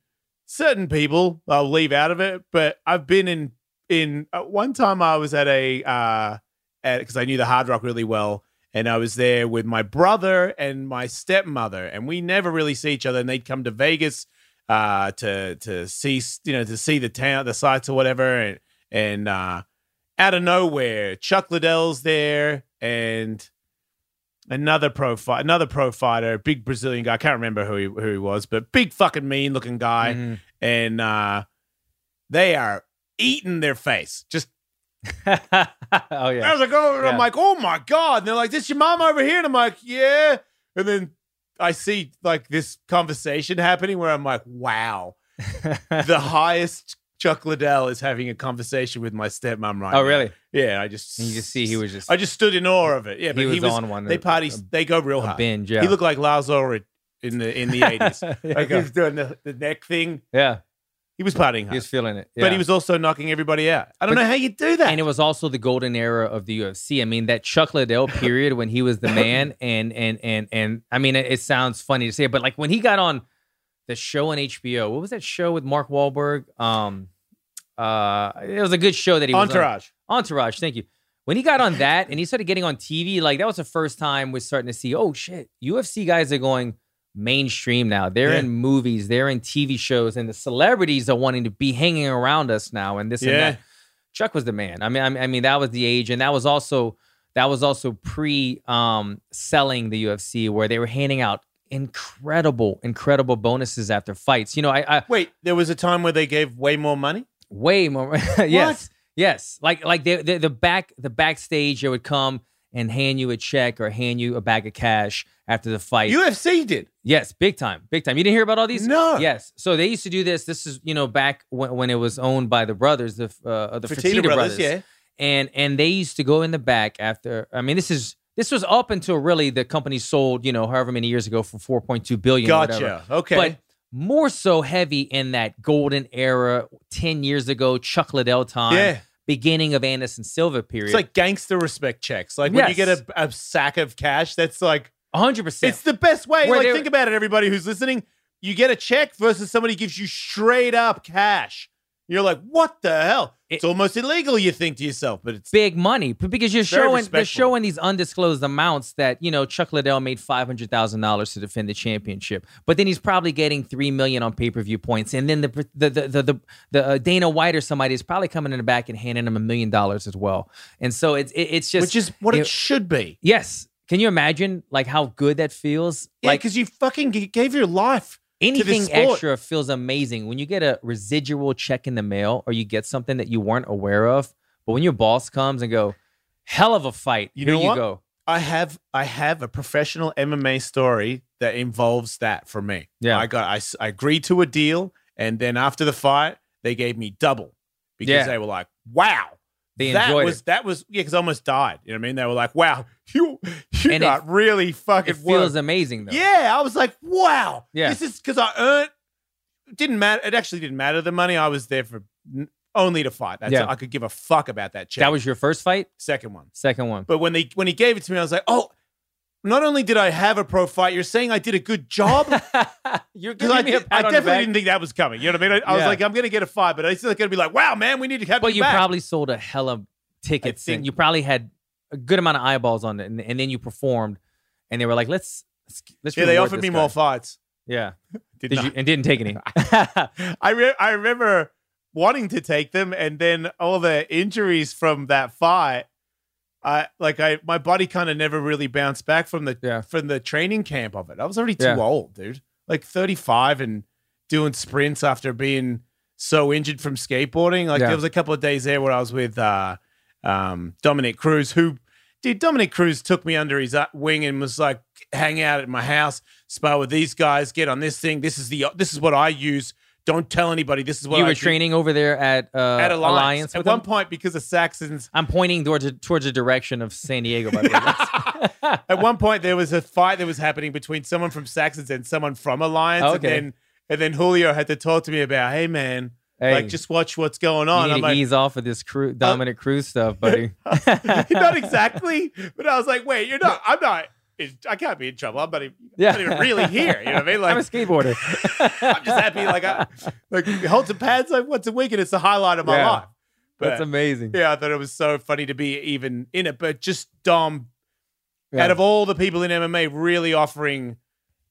Speaker 1: certain people. I'll leave out of it, but I've been in in uh, one time I was at a uh, because I knew the Hard Rock really well. And I was there with my brother and my stepmother, and we never really see each other. And they'd come to Vegas uh, to to see you know to see the town, the sights or whatever, and and uh, out of nowhere, Chuck Liddell's there, and another pro fight, another pro fighter, big Brazilian guy. I can't remember who he, who he was, but big fucking mean looking guy,
Speaker 3: Mhm.
Speaker 1: and uh, they are eating their face, just
Speaker 3: oh
Speaker 1: I
Speaker 3: yeah,
Speaker 1: was like, oh, and I'm
Speaker 3: Yeah.
Speaker 1: like, oh my god. And they're like, this your mom over here? And I'm like, yeah. And then I see like this conversation happening where I'm like, wow, the highest Chuck Liddell is having a conversation with my stepmom right now.
Speaker 3: oh really?
Speaker 1: Yeah, I just
Speaker 3: And you just see he was just
Speaker 1: I just stood in awe of it. Yeah, but
Speaker 3: he, was on one.
Speaker 1: They party. They go real
Speaker 3: a
Speaker 1: hard.
Speaker 3: binge. Yeah,
Speaker 1: He looked like Lars Ulrich in the in the eighties.
Speaker 3: yeah,
Speaker 1: like he was doing the, the neck thing.
Speaker 3: yeah,
Speaker 1: He was partying hard,
Speaker 3: he was feeling it.
Speaker 1: but
Speaker 3: yeah.
Speaker 1: he was also knocking everybody out. I don't
Speaker 3: But-
Speaker 1: know how you do that.
Speaker 3: and it was also the golden era of the UFC. I mean, that Chuck Liddell period when he was the man, and and and and I mean, it, it sounds funny to say, but like when he got on the show on HBO, what was that show with Mark Wahlberg? Um, uh, it was a good show that he was on.
Speaker 1: Entourage.
Speaker 3: Entourage, thank you. When he got on that and he started getting on TV, like that was the first time we're starting to see, oh shit, UFC guys are going mainstream now. They're
Speaker 1: Yeah.
Speaker 3: in movies, they're in TV shows, and the celebrities are wanting to be hanging around us now and this and
Speaker 1: Yeah.
Speaker 3: that. Chuck was the man. I mean, I mean, I mean, that was the age, and that was also that was also pre um, selling the UFC, where they were handing out incredible, incredible bonuses after fights. You know, I, I
Speaker 1: Wait, there was a time where they gave way more money.
Speaker 3: way more. yes, yes. Like like the, the the back the backstage, they would come and hand you a check or hand you a bag of cash after the fight.
Speaker 1: UFC did.
Speaker 3: yes, big time, big time. You didn't hear about all these?
Speaker 1: No.
Speaker 3: Yes. So they used to do this. This is you know back when, when it was owned by the brothers, the f- uh, the
Speaker 1: Fertitta,
Speaker 3: Fertitta
Speaker 1: Brothers,
Speaker 3: brothers. and and they used to go in the back after. I mean, this is this was up until really the company sold you know however many years ago for four point two
Speaker 1: yeah.
Speaker 3: billion. or whatever.
Speaker 1: Gotcha. Okay.
Speaker 3: But more so heavy in that golden era, 10 years ago, Chuck Liddell time,
Speaker 1: yeah.
Speaker 3: beginning of Anderson Silva period.
Speaker 1: It's like gangster respect checks. Like when you get
Speaker 3: Yes.
Speaker 1: a, a sack of cash, that's like
Speaker 3: 100%.
Speaker 1: it's the best way.
Speaker 3: Where
Speaker 1: like
Speaker 3: they-
Speaker 1: think about it, everybody who's listening. You get a check versus somebody gives you straight up cash. You're like, what the hell?
Speaker 3: It-
Speaker 1: it's almost illegal, you think to yourself, but it's
Speaker 3: big money p- because you're
Speaker 1: Very
Speaker 3: showing they're
Speaker 1: respectful.
Speaker 3: showing these undisclosed amounts that you know Chuck Liddell made five hundred thousand dollars to defend the championship, but then he's probably getting three million on pay per view points, and then the pr- the the the, the, the uh, Dana White or somebody is probably coming in the back and handing him a million dollars as well, and so it's it, it's just
Speaker 1: which is what it,
Speaker 3: it-
Speaker 1: should be.
Speaker 3: yes. Can you imagine like how good that feels?
Speaker 1: Yeah,
Speaker 3: like
Speaker 1: because you fucking g- gave your life.
Speaker 3: anything
Speaker 1: sport.
Speaker 3: extra feels amazing when you get a residual check in the mail or you get something that you weren't aware of but when your boss comes and go hell of a fight
Speaker 1: You
Speaker 3: here
Speaker 1: know
Speaker 3: you
Speaker 1: what?
Speaker 3: go
Speaker 1: I have I have a professional MMA story that involves that for me.
Speaker 3: Yeah.
Speaker 1: I got I, s- I agreed to a deal, and then after the fight, they gave me double because
Speaker 3: Yeah.
Speaker 1: they were like, "Wow,
Speaker 3: they
Speaker 1: that
Speaker 3: enjoyed
Speaker 1: was
Speaker 3: it
Speaker 1: that was yeah," because I almost died. You know what I mean? They were like, "Wow, you you
Speaker 3: And it-
Speaker 1: got really
Speaker 3: it
Speaker 1: fucking
Speaker 3: feels
Speaker 1: worked."
Speaker 3: amazing though
Speaker 1: Yeah, I was like, "Wow,
Speaker 3: Yeah.
Speaker 1: this is because I earned." It didn't matter. It actually didn't matter the money. I was there for n- only to fight. That's
Speaker 3: Yeah.
Speaker 1: I could give a fuck about that check.
Speaker 3: that was your first fight
Speaker 1: second one.
Speaker 3: second one
Speaker 1: But when they when he gave it to me, I was like, oh, not only did I have a pro fight, you're saying I did a good job.
Speaker 3: you're
Speaker 1: Because
Speaker 3: giving
Speaker 1: I,
Speaker 3: me
Speaker 1: di-
Speaker 3: a pat
Speaker 1: I
Speaker 3: on the
Speaker 1: definitely
Speaker 3: back
Speaker 1: didn't think that was coming. You know what I mean? I, I was
Speaker 3: Yeah.
Speaker 1: like, I'm gonna get a fight, but it's not gonna be like, wow, man, we need to have
Speaker 3: but you
Speaker 1: back.
Speaker 3: probably sold a hell of tickets
Speaker 1: think-
Speaker 3: and you probably had a good amount of eyeballs on it and, and then you performed and they were like let's let's let's
Speaker 1: yeah, they
Speaker 3: reward
Speaker 1: offered
Speaker 3: this
Speaker 1: me
Speaker 3: guy.
Speaker 1: more fights.
Speaker 3: yeah
Speaker 1: Did,
Speaker 3: did
Speaker 1: not.
Speaker 3: you and didn't take any
Speaker 1: I re- I remember wanting to take them, and then all the injuries from that fight. I like I my body kind of never really bounced back from the
Speaker 3: Yeah.
Speaker 1: from the training camp of it. I was already too
Speaker 3: Yeah.
Speaker 1: old, dude. Like thirty five and doing sprints after being so injured from skateboarding. Like
Speaker 3: Yeah.
Speaker 1: there was a couple of days there where I was with uh, um, Dominic Cruz, who Dude, Dominic Cruz took me under his uh, wing and was like, hang out at my house, spar with these guys, get on this thing. This is the this is what I use. Don't tell anybody. This is what
Speaker 3: you
Speaker 1: I
Speaker 3: were
Speaker 1: do."
Speaker 3: training over there at, uh,
Speaker 1: at Alliance.
Speaker 3: Alliance.
Speaker 1: at
Speaker 3: with
Speaker 1: one
Speaker 3: them?
Speaker 1: point, because the Saxons,
Speaker 3: I'm pointing towards a, towards the direction of San Diego. By the way.
Speaker 1: at one point there was a fight that was happening between someone from Saxons and someone from Alliance,
Speaker 3: Okay.
Speaker 1: and then and then Julio had to talk to me about, hey man,
Speaker 3: Hey,
Speaker 1: like just watch what's going
Speaker 3: you
Speaker 1: on.
Speaker 3: need
Speaker 1: I'm
Speaker 3: to
Speaker 1: like, uh,
Speaker 3: ease off of this cru- Dominic Cruz stuff, buddy.
Speaker 1: not exactly, but I was like, wait, you're not. I'm not. I can't be in trouble. I'm not even,
Speaker 3: Yeah.
Speaker 1: not even really here. You know what I mean?
Speaker 3: I'm a
Speaker 1: Like,
Speaker 3: skateboarder.
Speaker 1: I'm just happy. Like, I like hold some pads like once a week, and it's the highlight of my
Speaker 3: Yeah.
Speaker 1: life. But
Speaker 3: That's amazing.
Speaker 1: yeah, I thought it was so funny to be even in it. But just Dom,
Speaker 3: Yeah.
Speaker 1: out of all the people in MMA, really offering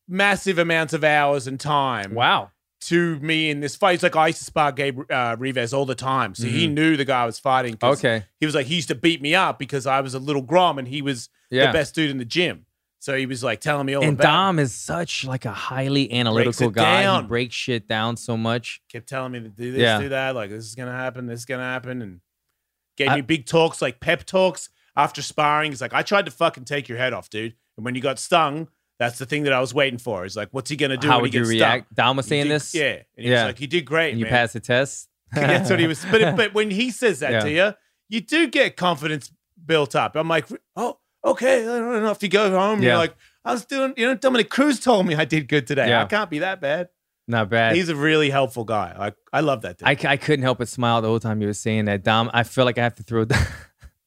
Speaker 1: massive amounts of hours and time
Speaker 3: Wow.
Speaker 1: to me in this fight. It's like I used to spar Gabe uh, Reves all the time, so he knew the guy I was fighting. 'cause
Speaker 3: Mm-hmm. Okay.
Speaker 1: he was like he used to beat me up because I was a little grom and he was
Speaker 3: Yeah.
Speaker 1: the best dude in the gym. So he was like telling me all
Speaker 3: and
Speaker 1: about.
Speaker 3: Dom is such like a highly analytical
Speaker 1: it
Speaker 3: guy. He
Speaker 1: down.
Speaker 3: breaks shit down so much.
Speaker 1: kept telling me to do this,
Speaker 3: Yeah.
Speaker 1: do that. Like this is gonna happen, this is gonna happen, and gave
Speaker 3: I-
Speaker 1: me big talks, like pep talks after sparring. He's like, I tried to fucking take your head off, dude, and when you got stung, that's the thing that I was waiting for. He's like, what's he gonna do
Speaker 3: How
Speaker 1: when
Speaker 3: would
Speaker 1: he
Speaker 3: you
Speaker 1: gets
Speaker 3: react?
Speaker 1: stung?
Speaker 3: Dom was
Speaker 1: He
Speaker 3: saying
Speaker 1: did-
Speaker 3: this.
Speaker 1: yeah, and he
Speaker 3: Yeah.
Speaker 1: was like, you did great,
Speaker 3: And you
Speaker 1: man.
Speaker 3: passed the test.
Speaker 1: that's what he was. But but when he says that
Speaker 3: Yeah.
Speaker 1: to you, you do get confidence built up. I'm like, oh, okay. I don't know if you go home,
Speaker 3: Yeah.
Speaker 1: you're like, I was doing. You know, Dominic Cruz told me I did good today.
Speaker 3: Yeah.
Speaker 1: I can't be that bad.
Speaker 3: Not bad.
Speaker 1: He's a really helpful guy. Like I love that. Dude.
Speaker 3: I, c- I couldn't help but smile the whole time you were saying that. Dom, I feel like I have to throw Dom.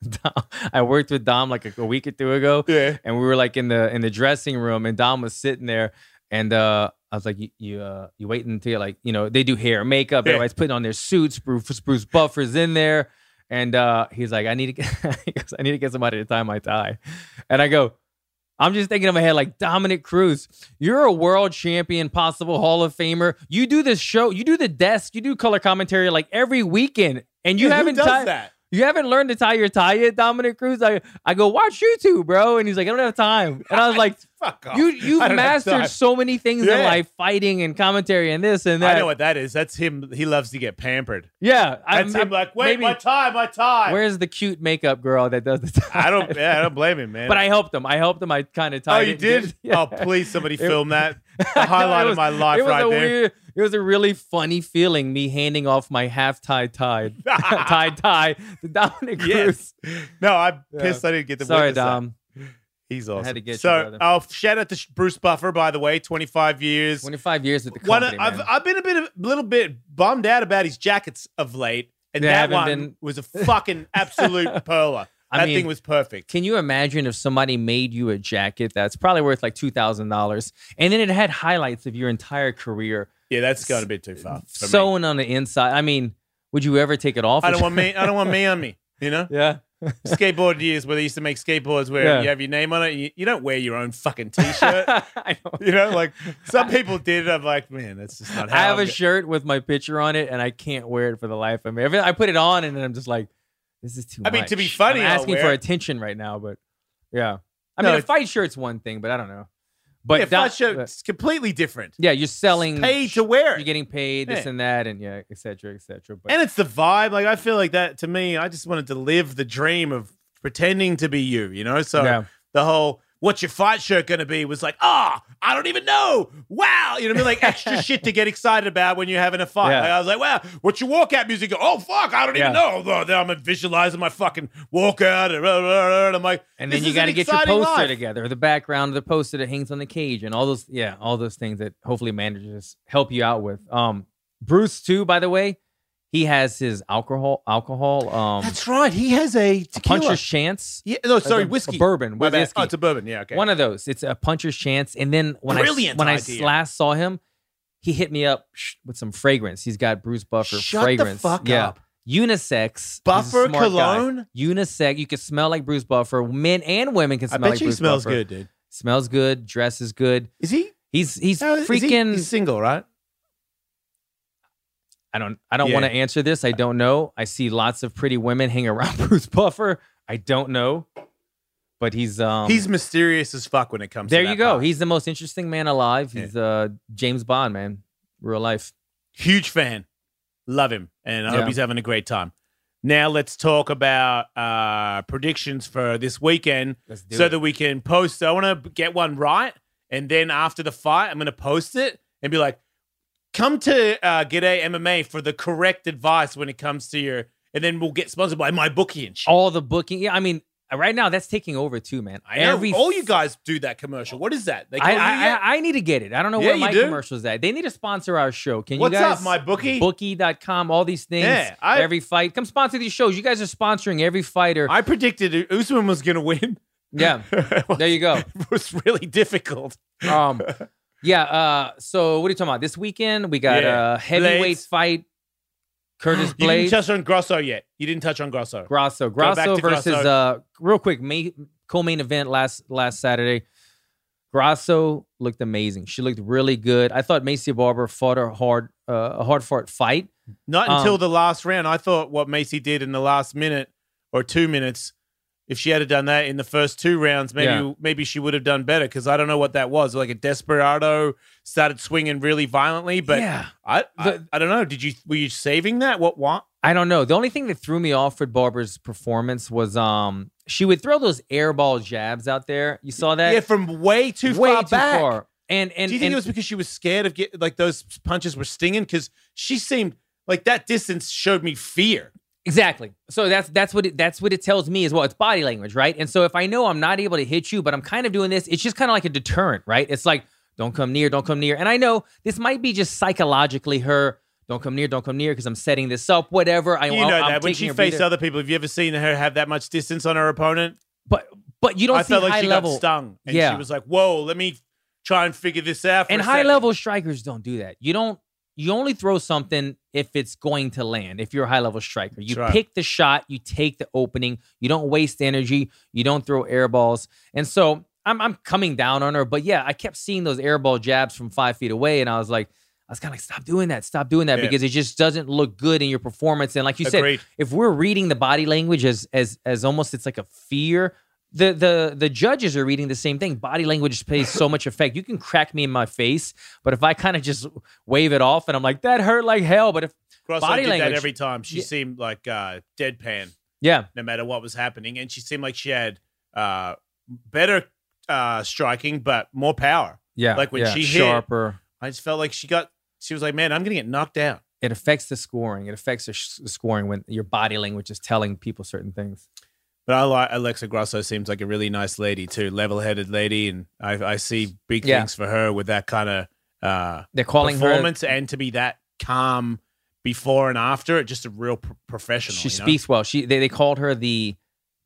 Speaker 3: Dom- I worked with Dom like a, a week or two ago,
Speaker 1: yeah.
Speaker 3: and we were like in the in the dressing room, and Dom was sitting there, and uh, I was like, "You you, uh, you waiting until like you know they do hair, makeup,
Speaker 1: Yeah.
Speaker 3: everybody's putting on their suits, Bruce Bruce Buffer's in there." And uh, he's like, I need to get, he goes, I need to get somebody to tie my tie. And I go, I'm just thinking in my head, like Dominic Cruz, you're a world champion, possible Hall of Famer. You do this show, you do the desk, you do color commentary like every weekend, and you
Speaker 1: Yeah,
Speaker 3: haven't
Speaker 1: who does
Speaker 3: tied,
Speaker 1: that.
Speaker 3: you haven't learned to tie your tie yet, Dominic Cruz. I, I go watch YouTube, bro, and he's like, I don't have time. And I was like,
Speaker 1: Fuck off.
Speaker 3: you you've
Speaker 1: I don't have
Speaker 3: mastered
Speaker 1: time.
Speaker 3: so many things in
Speaker 1: Yeah.
Speaker 3: life, fighting and commentary and this and that.
Speaker 1: I know what that is. That's him. He loves to get pampered.
Speaker 3: Yeah,
Speaker 1: That's him. Like, wait, my tie, my tie.
Speaker 3: Where's the cute makeup girl that does the tie?
Speaker 1: I don't. Yeah, I don't blame him, man.
Speaker 3: But I helped him. I helped him. I kind of
Speaker 1: Oh,
Speaker 3: tied.
Speaker 1: you
Speaker 3: it.
Speaker 1: did?
Speaker 3: Yeah.
Speaker 1: Oh, please, somebody film that.
Speaker 3: I
Speaker 1: The
Speaker 3: know,
Speaker 1: highlight
Speaker 3: it
Speaker 1: of
Speaker 3: was-
Speaker 1: my life,
Speaker 3: it was
Speaker 1: right
Speaker 3: a
Speaker 1: there.
Speaker 3: Weird, it was a really funny feeling, me handing off my half tied tie, tied tie to Dominic Cruz.
Speaker 1: Yes. No, I'm
Speaker 3: Yeah.
Speaker 1: pissed. I didn't get the
Speaker 3: Sorry,
Speaker 1: witness that.
Speaker 3: Dom.
Speaker 1: He's awesome.
Speaker 3: to get you,
Speaker 1: so,
Speaker 3: brother.
Speaker 1: oh, shout out to Sh- Bruce Buffer, by the way, 25 years.
Speaker 3: Twenty five years with the
Speaker 1: One,
Speaker 3: company.
Speaker 1: I've,
Speaker 3: man.
Speaker 1: I've been a bit, of, little bit bummed out about his jackets of late, and
Speaker 3: They
Speaker 1: that
Speaker 3: haven't
Speaker 1: one
Speaker 3: been-
Speaker 1: was a fucking absolute perler.
Speaker 3: I
Speaker 1: that
Speaker 3: mean-
Speaker 1: thing was perfect.
Speaker 3: Can you imagine if somebody made you a jacket that's probably worth like two thousand dollars, and then it had highlights of your entire career
Speaker 1: Yeah, that's gone a bit too far. For me.
Speaker 3: sewn on the inside? I mean, would you ever take it off?
Speaker 1: I don't want me. I don't want me on me. You know,
Speaker 3: yeah,
Speaker 1: skateboard years where they used to make skateboards where
Speaker 3: Yeah.
Speaker 1: you have your name on it. You, you don't wear your own fucking t-shirt.
Speaker 3: I know.
Speaker 1: you know, like some people did. I'm like, man, that's just not. How
Speaker 3: I have
Speaker 1: I'm
Speaker 3: a
Speaker 1: go-"
Speaker 3: shirt with my picture on it, and I can't wear it for the life of me. Every, I put it on, and then I'm just like, "This is too."
Speaker 1: I mean, to be
Speaker 3: much.
Speaker 1: funny,
Speaker 3: I'm
Speaker 1: I'll
Speaker 3: asking
Speaker 1: wear
Speaker 3: for
Speaker 1: it.
Speaker 3: attention right now, but yeah, I
Speaker 1: No,
Speaker 3: mean, a
Speaker 1: it-
Speaker 3: fight shirt's one thing, but I don't know. But
Speaker 1: yeah,
Speaker 3: that-
Speaker 1: flat shirt,
Speaker 3: but-
Speaker 1: it's completely different.
Speaker 3: yeah, you're selling,
Speaker 1: Paid to wear
Speaker 3: you're
Speaker 1: it,
Speaker 3: getting paid, this
Speaker 1: Yeah.
Speaker 3: and that, and yeah, et cetera, et cetera. But
Speaker 1: and it's the vibe. Like I feel like that to me. I just wanted to live the dream of pretending to be you. You know, so
Speaker 3: Yeah.
Speaker 1: the whole. What's your fight shirt going to be? Was like, ah, I don't even know. Wow, you know what I mean? Like extra shit to get excited about when you're having a fight.
Speaker 3: Yeah.
Speaker 1: Like, I was like, wow, what's your walkout music? Oh fuck, I don't even
Speaker 3: Yeah.
Speaker 1: know. Well, now I'm visualizing my fucking walkout, and, blah, blah, blah, and I'm like,
Speaker 3: and
Speaker 1: this
Speaker 3: then you
Speaker 1: is
Speaker 3: got to
Speaker 1: an
Speaker 3: get your poster
Speaker 1: exciting life.
Speaker 3: together, the background of the poster that hangs on the cage, and all those yeah, all those things that hopefully managers help you out with. Um, Bruce too, by the way, he has his alcohol alcohol um
Speaker 1: That's right. He has a tequila.
Speaker 3: puncher's chance.
Speaker 1: Yeah, no,
Speaker 3: It's
Speaker 1: Oh, sorry,
Speaker 3: a- a
Speaker 1: whiskey.
Speaker 3: bourbon,
Speaker 1: My bad.
Speaker 3: whiskey.
Speaker 1: Oh, it's a bourbon. Yeah, okay.
Speaker 3: One of those. It's a puncher's chance. And then when
Speaker 1: Brilliant
Speaker 3: I when
Speaker 1: idea.
Speaker 3: I last saw him, he hit me up sh- with some fragrance. He's got Bruce Buffer
Speaker 1: Shut
Speaker 3: fragrance.
Speaker 1: the fuck
Speaker 3: yeah.
Speaker 1: up.
Speaker 3: Unisex. He's a
Speaker 1: Buffer
Speaker 3: smart guy.
Speaker 1: cologne.
Speaker 3: Unisex. You can smell like Bruce Buffer. Men and women can
Speaker 1: I
Speaker 3: smell
Speaker 1: bet
Speaker 3: like
Speaker 1: you he
Speaker 3: Bruce
Speaker 1: smells
Speaker 3: Buffer.
Speaker 1: good, dude.
Speaker 3: Smells good. Dresses good.
Speaker 1: Is he?
Speaker 3: He's he's
Speaker 1: how- is he-
Speaker 3: freaking.
Speaker 1: he's single, right?
Speaker 3: I don't I don't
Speaker 1: Yeah.
Speaker 3: want to answer this. I don't know. I see lots of pretty women hang around Bruce Buffer. I don't know, but he's um
Speaker 1: he's mysterious as fuck when it comes.
Speaker 3: There
Speaker 1: to
Speaker 3: you
Speaker 1: that
Speaker 3: go.
Speaker 1: part.
Speaker 3: He's the most interesting man alive.
Speaker 1: Yeah.
Speaker 3: He's uh, James Bond, man, real life.
Speaker 1: huge fan. Love him, and I
Speaker 3: Yeah.
Speaker 1: hope he's having a great time. Now let's talk about uh, predictions for this weekend
Speaker 3: Let's do
Speaker 1: so
Speaker 3: it.
Speaker 1: that we can post. I want to get one right, and then after the fight, I'm going to post it and be like, "Come to uh, Get A MMA for the correct advice when it comes to your." And then we'll get sponsored by my bookie and shit.
Speaker 3: all the booking. Yeah, I mean, right now that's taking over too, man.
Speaker 1: I know all you guys do that commercial. What is that? They
Speaker 3: I,
Speaker 1: call you
Speaker 3: I,
Speaker 1: yet?
Speaker 3: I, I need to get it. I don't know
Speaker 1: Yeah,
Speaker 3: where
Speaker 1: you
Speaker 3: my
Speaker 1: do.
Speaker 3: commercial's at. They need to sponsor our show. Can
Speaker 1: What's
Speaker 3: you guys?
Speaker 1: up, my bookie?
Speaker 3: Bookie.com, all these things.
Speaker 1: Yeah, I-
Speaker 3: every fight. Come sponsor these shows. You guys are sponsoring every fighter.
Speaker 1: I predicted Usman was going to win.
Speaker 3: yeah, there you go.
Speaker 1: it was really difficult.
Speaker 3: Um, yeah. Uh, so what are you talking about? This weekend we got
Speaker 1: Yeah.
Speaker 3: a heavyweight
Speaker 1: Blades.
Speaker 3: fight. Curtis
Speaker 1: You didn't
Speaker 3: Blades,
Speaker 1: touch on Grosso yet. You didn't touch on Grosso.
Speaker 3: Grosso,
Speaker 1: back
Speaker 3: Grosso
Speaker 1: to
Speaker 3: versus
Speaker 1: Grosso.
Speaker 3: uh, real quick, ma- co-main event last last Saturday. Grosso looked amazing. She looked really good. I thought Macy Barber fought a hard uh, a hard fought fight.
Speaker 1: Not until
Speaker 3: Um,
Speaker 1: the last round. I thought what Macy did in the last minute or two minutes, if she had have done that in the first two rounds, maybe
Speaker 3: Yeah.
Speaker 1: maybe she would have done better because I don't know what that was. Like a desperado started swinging really violently, but
Speaker 3: yeah,
Speaker 1: I, I
Speaker 3: The-
Speaker 1: I don't know. Did you were you saving that? What what?
Speaker 3: I don't know. The only thing that threw me off with Barber's performance was um she would throw those airball jabs out there. You saw that?
Speaker 1: yeah, from way too
Speaker 3: Way
Speaker 1: far
Speaker 3: too
Speaker 1: back.
Speaker 3: far. And and
Speaker 1: Do you think
Speaker 3: and-
Speaker 1: it was because she was scared of get like those punches were stinging? Because she seemed like that distance showed me fear.
Speaker 3: Exactly. So that's that's what it, that's what it tells me as well. It's body language, right? And so if I know I'm not able to hit you, but I'm kind of doing this, it's just kind of like a deterrent, right? It's like don't come near, don't come near. And I know this might be just psychologically her. Don't come near, don't come near, because I'm setting this up. Whatever. I
Speaker 1: you know
Speaker 3: I'm
Speaker 1: that when
Speaker 3: taking
Speaker 1: she
Speaker 3: a
Speaker 1: faced
Speaker 3: breather.
Speaker 1: other people, have you ever seen her have that much distance on her opponent?
Speaker 3: but but you don't
Speaker 1: I
Speaker 3: see
Speaker 1: felt like
Speaker 3: high
Speaker 1: she
Speaker 3: level
Speaker 1: got stung, and
Speaker 3: Yeah.
Speaker 1: she was like, "Whoa, let me try and figure this out." For
Speaker 3: and
Speaker 1: a
Speaker 3: high
Speaker 1: second."
Speaker 3: level strikers don't do that. You don't. You only throw something if it's going to land. If you're a high level striker, you
Speaker 1: That's right.
Speaker 3: pick the shot, you take the opening, you don't waste energy, you don't throw air balls. And so I'm I'm coming down on her, but yeah, I kept seeing those air ball jabs from five feet away, and I was like, I was kind of like, stop doing that, stop doing that,
Speaker 1: Yeah.
Speaker 3: because it just doesn't look good in your performance. And like you said,
Speaker 1: Agreed.
Speaker 3: if we're reading the body language as as as almost it's like a fear the the the judges are reading the same thing body language plays so much effect you can crack me in my face but if i kind of just wave it off and i'm like that hurt like hell but if
Speaker 1: Grosso
Speaker 3: body
Speaker 1: did
Speaker 3: language-
Speaker 1: that every time. She
Speaker 3: Yeah.
Speaker 1: seemed like uh, deadpan,
Speaker 3: yeah
Speaker 1: no matter what was happening, and she seemed like she had uh, better uh, striking, but more power.
Speaker 3: yeah
Speaker 1: Like when
Speaker 3: yeah,
Speaker 1: she hit-
Speaker 3: sharper
Speaker 1: I just felt like she got. She was like, "Man, I'm gonna get knocked out."
Speaker 3: it affects the scoring it affects the sh- the scoring when your body language is telling people certain things
Speaker 1: But I like Alexa Grosso. Seems like a really nice lady too, level-headed lady, and I, I see big
Speaker 3: Yeah.
Speaker 1: things for her with that kind of uh,
Speaker 3: they're calling her
Speaker 1: performance and to be that calm before and after. It just a real pro- professional.
Speaker 3: she
Speaker 1: you know?
Speaker 3: speaks well she they, they called her the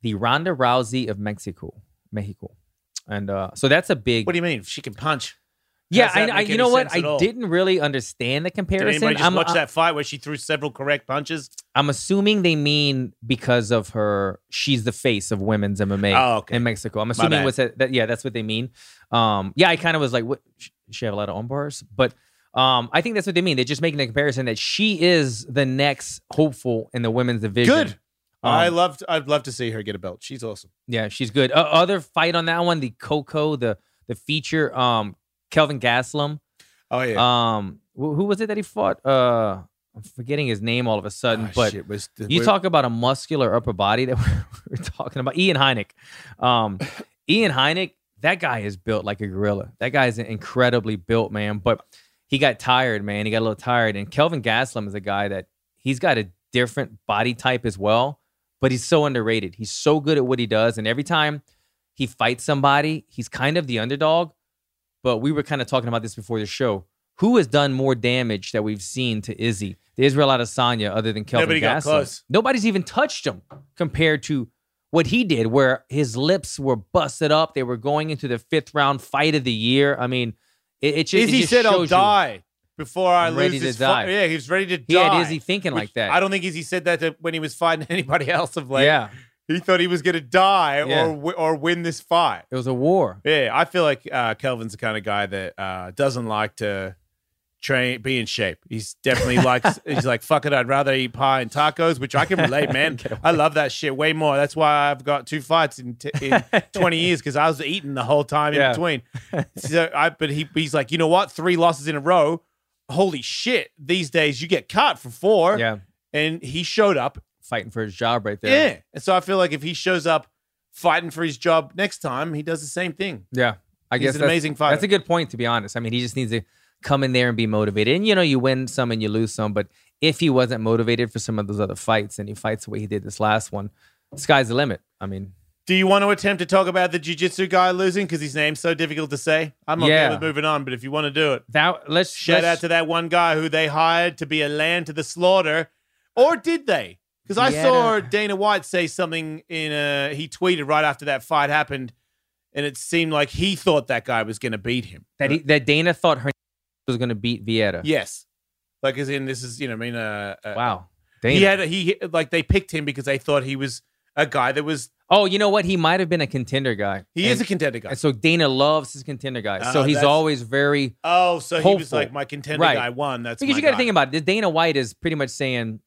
Speaker 3: the ronda rousey of mexico mexico and uh so that's a big
Speaker 1: What do you mean? She can punch.
Speaker 3: Yeah,
Speaker 1: Does
Speaker 3: I,
Speaker 1: that
Speaker 3: I
Speaker 1: make
Speaker 3: you
Speaker 1: any
Speaker 3: know what?
Speaker 1: sense at
Speaker 3: I
Speaker 1: all?
Speaker 3: didn't really understand the
Speaker 1: Did
Speaker 3: comparison.
Speaker 1: anybody just
Speaker 3: I'm, uh,
Speaker 1: watch that fight where she threw several correct punches?
Speaker 3: I'm assuming they mean because of her. She's the face of women's MMA
Speaker 1: Oh, okay.
Speaker 3: in Mexico. I'm assuming
Speaker 1: bad.
Speaker 3: was that, that. Yeah, that's what they mean. Um, yeah, I kind of was like, what? sh- She have a lot of on bars, but um, I think that's what they mean. They're just making the comparison that she is the next hopeful in the women's division.
Speaker 1: Good.
Speaker 3: Um,
Speaker 1: I loved. I'd love to see her get a belt. She's awesome.
Speaker 3: Yeah, she's good. Uh, other fight on that one, the Coco, the the feature, um, Kelvin Gaslam.
Speaker 1: Oh yeah.
Speaker 3: Um, wh- who was it that he fought? Uh, I'm forgetting his name all of a sudden,
Speaker 1: Ah,
Speaker 3: but
Speaker 1: shit, was the-
Speaker 3: you
Speaker 1: we're-
Speaker 3: talk about a muscular upper body that we're, we're talking about. Ian Heineck. Um, Ian Heineck, that guy is built like a gorilla. That guy is incredibly built, man. But he got tired, man. He got a little tired. And Kelvin Gaslam is a guy that he's got a different body type as well, but he's so underrated. He's so good at what he does. And every time he fights somebody, he's kind of the underdog. But we were kind of talking about this before the show. Who has done more damage that we've seen to Izzy, the Israel Adesanya, other than Kelvin
Speaker 1: Nobody got
Speaker 3: Gastelum?
Speaker 1: close.
Speaker 3: Nobody's even touched him compared to what he did, where his lips were busted up. They were going into the fifth round fight of the year. I mean, it, it ju- it just
Speaker 1: Izzy said, "I'll
Speaker 3: shows you-
Speaker 1: die before I
Speaker 3: I'm
Speaker 1: lose
Speaker 3: ready to
Speaker 1: this
Speaker 3: die.
Speaker 1: fight." Yeah, he was ready to
Speaker 3: He
Speaker 1: die.
Speaker 3: had Izzy thinking
Speaker 1: Which
Speaker 3: like that.
Speaker 1: I don't think Izzy said that to, when he was fighting anybody else of late.
Speaker 3: yeah,
Speaker 1: He thought he was going to die
Speaker 3: Yeah.
Speaker 1: or wi- or win this fight.
Speaker 3: it was a war.
Speaker 1: Yeah, I feel like uh, Kelvin's the kind of guy that uh, doesn't like to train, be in shape. He's definitely likes. he's like, fuck it, I'd rather eat pie and tacos, which I can relate, man. I love that shit way more. That's why I've got two fights in, t- in twenty years because I was eating the whole time
Speaker 3: Yeah.
Speaker 1: in between. So, I but he he's like, you know what? Three losses in a row. Holy shit! These days you get cut for four,
Speaker 3: Yeah,
Speaker 1: and he showed up
Speaker 3: fighting for his job right there.
Speaker 1: Yeah. And so I feel like if he shows up fighting for his job next time, he does the same thing.
Speaker 3: Yeah. I
Speaker 1: He's
Speaker 3: guess
Speaker 1: an
Speaker 3: that's,
Speaker 1: amazing fighter.
Speaker 3: that's a good point, to be honest. I mean, he just needs to come in there and be motivated. And, you know, you win some and you lose some. But if he wasn't motivated for some of those other fights and he fights the way he did this last one, sky's the limit. I mean,
Speaker 1: Do you want to attempt to talk about the jiu-jitsu guy losing because his name's so difficult to say? I'm okay
Speaker 3: Yeah.
Speaker 1: with moving on, but if you want to do it,
Speaker 3: that let's
Speaker 1: shout
Speaker 3: let's-
Speaker 1: out to that one guy who they hired to be a lamb to the slaughter, or did they? Because I
Speaker 3: Yeah,
Speaker 1: saw
Speaker 3: that-
Speaker 1: Dana White say something in a he tweeted right after that fight happened, and it seemed like he thought that guy was going to beat him.
Speaker 3: that, he, that Dana thought her was going to beat Vieta.
Speaker 1: Yes, like as in this is you know I mean uh, uh,
Speaker 3: Wow. Dana.
Speaker 1: he had he like they picked him because they thought he was a guy that was
Speaker 3: oh, you know what? He might have been a contender guy.
Speaker 1: he
Speaker 3: and,
Speaker 1: is a contender guy.
Speaker 3: And so Dana loves his contender guy. so
Speaker 1: Ah,
Speaker 3: he's
Speaker 1: that's-
Speaker 3: always very
Speaker 1: Oh, so he was
Speaker 3: hopeful.
Speaker 1: like my contender
Speaker 3: Right.
Speaker 1: guy won. That's
Speaker 3: because
Speaker 1: my
Speaker 3: you got to
Speaker 1: guy.
Speaker 3: think about it. Dana White is pretty much saying,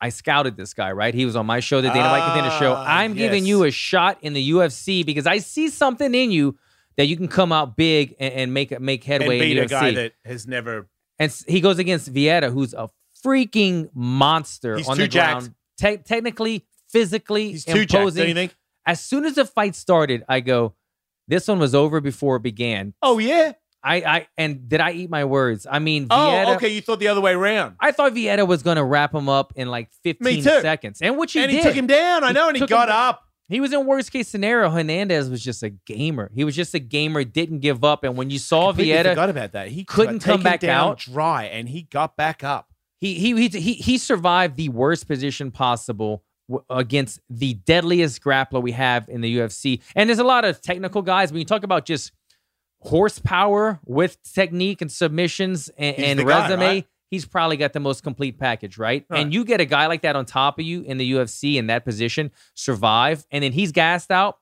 Speaker 3: "I scouted this guy, right? He was on my show, the Dana White Contender Show.
Speaker 1: Ah,
Speaker 3: I'm giving
Speaker 1: yes.
Speaker 3: you a shot in the UFC because I see something in you that you can come out big and, and make make
Speaker 1: and
Speaker 3: headway
Speaker 1: beat
Speaker 3: in
Speaker 1: a
Speaker 3: UFC."
Speaker 1: guy that has never.
Speaker 3: and s- he goes against Vieta, who's a freaking monster
Speaker 1: He's
Speaker 3: on
Speaker 1: too
Speaker 3: the
Speaker 1: jacked.
Speaker 3: ground, Te- technically, physically,
Speaker 1: He's too jacked,
Speaker 3: imposing.
Speaker 1: don't you think?
Speaker 3: as soon as the fight started, I go, "This one was over before it began."
Speaker 1: Oh yeah.
Speaker 3: I, I and did I eat my words? I mean, Vieta,
Speaker 1: Oh, okay. You thought the other way around.
Speaker 3: I thought Vieta was going to wrap him up in like 15
Speaker 1: too.
Speaker 3: seconds. And which he
Speaker 1: and
Speaker 3: did.
Speaker 1: he took him down. I
Speaker 3: He
Speaker 1: know, and he
Speaker 3: took him
Speaker 1: got
Speaker 3: down.
Speaker 1: up.
Speaker 3: He was in worst case scenario. Hernandez was just a gamer. He was just a gamer, didn't give up. And when you saw
Speaker 1: Completely
Speaker 3: Vieta,
Speaker 1: forgot about that. He
Speaker 3: couldn't
Speaker 1: got taken
Speaker 3: come back
Speaker 1: down
Speaker 3: out.
Speaker 1: dry, and he got back up.
Speaker 3: he, he, he, he, he survived the worst position possible w- against the deadliest grappler we have in the UFC. And there's a lot of technical guys. When you talk about just horsepower with technique and submissions and,
Speaker 1: He's
Speaker 3: and
Speaker 1: the guy,
Speaker 3: resume,
Speaker 1: right?
Speaker 3: he's probably got the most complete package, right?
Speaker 1: Right.
Speaker 3: And you get a guy like that on top of you in the UFC in that position, survive, and then he's gassed out,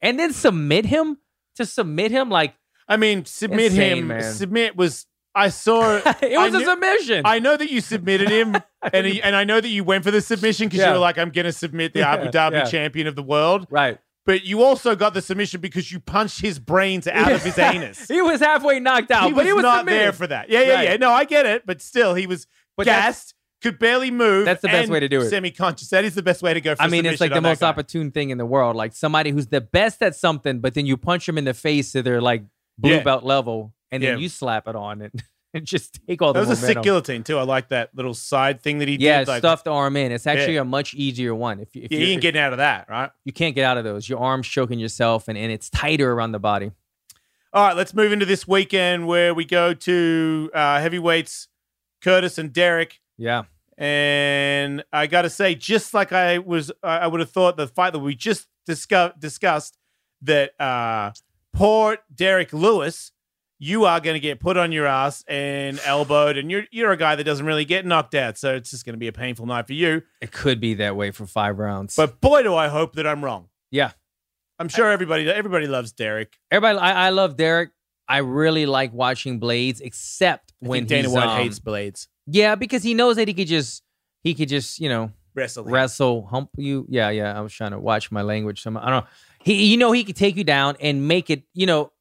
Speaker 3: and then submit him to submit him like
Speaker 1: I mean, submit
Speaker 3: Insane,
Speaker 1: him.
Speaker 3: man.
Speaker 1: Submit was. I saw.
Speaker 3: it was a
Speaker 1: knew-
Speaker 3: submission.
Speaker 1: I know that you submitted him, and he, and I know that you went for the submission because
Speaker 3: Yeah.
Speaker 1: you were like, "I'm going to submit the Abu
Speaker 3: Yeah,
Speaker 1: Dhabi
Speaker 3: yeah.
Speaker 1: champion of the world."
Speaker 3: right.
Speaker 1: But you also got the submission because you punched his brains out of his anus.
Speaker 3: he was halfway knocked out,
Speaker 1: he
Speaker 3: but
Speaker 1: was,
Speaker 3: he was
Speaker 1: not
Speaker 3: submitted.
Speaker 1: there for that. Yeah, yeah,
Speaker 3: Right.
Speaker 1: yeah. No, I get it, but still, he was
Speaker 3: But that's-
Speaker 1: gassed, could barely move.
Speaker 3: That's the best
Speaker 1: and
Speaker 3: way to do it.
Speaker 1: Semi-conscious. That is the best way to go. For
Speaker 3: I mean, it's
Speaker 1: submission
Speaker 3: like the
Speaker 1: on that
Speaker 3: most
Speaker 1: guy.
Speaker 3: opportune thing in the world. Like somebody who's the best at something, but then you punch them in the face to their like blue
Speaker 1: Yeah.
Speaker 3: belt level, and then
Speaker 1: Yeah.
Speaker 3: you slap it on and, and just take all the
Speaker 1: That was a
Speaker 3: momentum.
Speaker 1: sick guillotine too. I like that little side thing that he
Speaker 3: yeah,
Speaker 1: did. Like,
Speaker 3: stuff the arm in. It's actually a much easier one. If, you- if
Speaker 1: yeah,
Speaker 3: you
Speaker 1: he ain't getting out of that, right?
Speaker 3: you can't get out of those, your arm's choking yourself, and, and it's tighter around the body.
Speaker 1: All right, let's move into this weekend where we go to uh, heavyweights Curtis and Derek.
Speaker 3: Yeah,
Speaker 1: And I got to say, just like I was, I I would have thought the fight that we just discuss, discussed, that uh, poor Derek Lewis, you are going to get put on your ass and elbowed, and you're you're a guy that doesn't really get knocked out, so it's just going to be a painful night for you.
Speaker 3: it could be that way for five rounds.
Speaker 1: But boy, do I hope that I'm wrong.
Speaker 3: Yeah.
Speaker 1: I'm sure everybody everybody loves Derek.
Speaker 3: everybody, I, I love Derek. I really like watching Blades, except
Speaker 1: I
Speaker 3: when
Speaker 1: think Dana
Speaker 3: he's,
Speaker 1: White
Speaker 3: um,
Speaker 1: hates blades.
Speaker 3: Yeah, because he knows that he could just he could just you know
Speaker 1: Wrestling.
Speaker 3: wrestle, hump you. Yeah, yeah. I was trying to watch my language. Some I don't know. He, you know, he could take you down and make it. You know,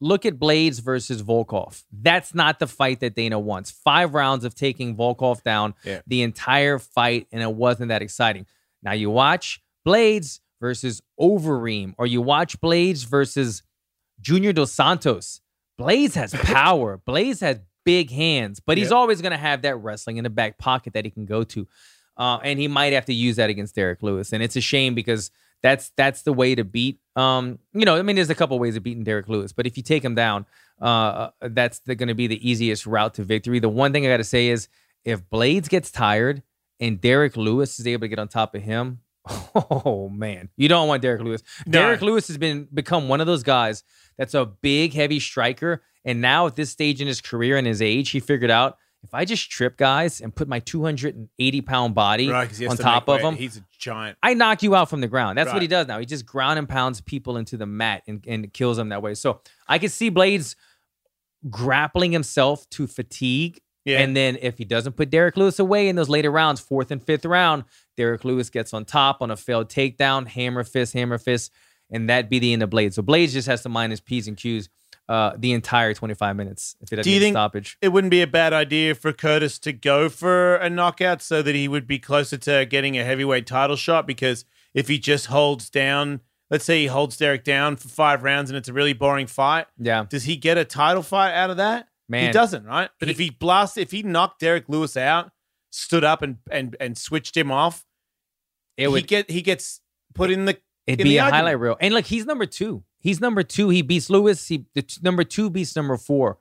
Speaker 3: look at Blades versus Volkov. That's not the fight that Dana wants. Five rounds of taking Volkov down
Speaker 1: Yeah.
Speaker 3: the entire fight, and it wasn't that exciting. Now you watch Blades versus Overeem, or you watch Blades versus Junior Dos Santos. Blaze has power. Blaze has big hands, but he's
Speaker 1: Yeah.
Speaker 3: always going to have that wrestling in the back pocket that he can go to, uh, and he might have to use that against Derek Lewis. And it's a shame because that's that's the way to beat. Um, you know, I mean, there's a couple ways of beating Derek Lewis, but if you take him down, uh, that's going to be the easiest route to victory. The one thing I got to say is, if Blades gets tired and Derek Lewis is able to get on top of him, oh man, you don't want Derek Lewis.
Speaker 1: No.
Speaker 3: Derek Lewis has been become one of those guys that's a big, heavy striker. And now at this stage in his career and his age, he figured out if I just trip guys and put my 280 pound body,
Speaker 1: Right, 'cause he has
Speaker 3: on
Speaker 1: to
Speaker 3: top
Speaker 1: make
Speaker 3: of
Speaker 1: weight.
Speaker 3: him.
Speaker 1: He's a giant.
Speaker 3: I knock you out from the ground. That's what
Speaker 1: Right.
Speaker 3: he does now. He just ground and pounds people into the mat and, and kills them that way. So I could see Blades grappling himself to fatigue
Speaker 1: Yeah.
Speaker 3: and then if he doesn't put Derek Lewis away in those later rounds, fourth and fifth round, Derek Lewis gets on top on a failed takedown, hammer fist, hammer fist, and that be the end of Blades. So Blades just has to mind his P's and Q's. uh, the entire 25 minutes if it had
Speaker 1: Do you
Speaker 3: been a
Speaker 1: think-
Speaker 3: stoppage.
Speaker 1: It wouldn't be a bad idea for Curtis to go for a knockout so that he would be closer to getting a heavyweight title shot because if he just holds down, let's say he holds Derek down for five rounds and it's a really boring fight,
Speaker 3: Yeah,
Speaker 1: does he get a title fight out of that? He
Speaker 3: man.
Speaker 1: doesn't, right? But
Speaker 3: He-
Speaker 1: if he blast, if he knocked Derek Lewis out, stood up and and and switched him off,
Speaker 3: It
Speaker 1: he
Speaker 3: would
Speaker 1: get he gets put in the
Speaker 3: it'd
Speaker 1: in
Speaker 3: be
Speaker 1: the
Speaker 3: a
Speaker 1: argument.
Speaker 3: highlight reel. And look, he's number two. He's number two. He beats Lewis. He the t- number two beats number four.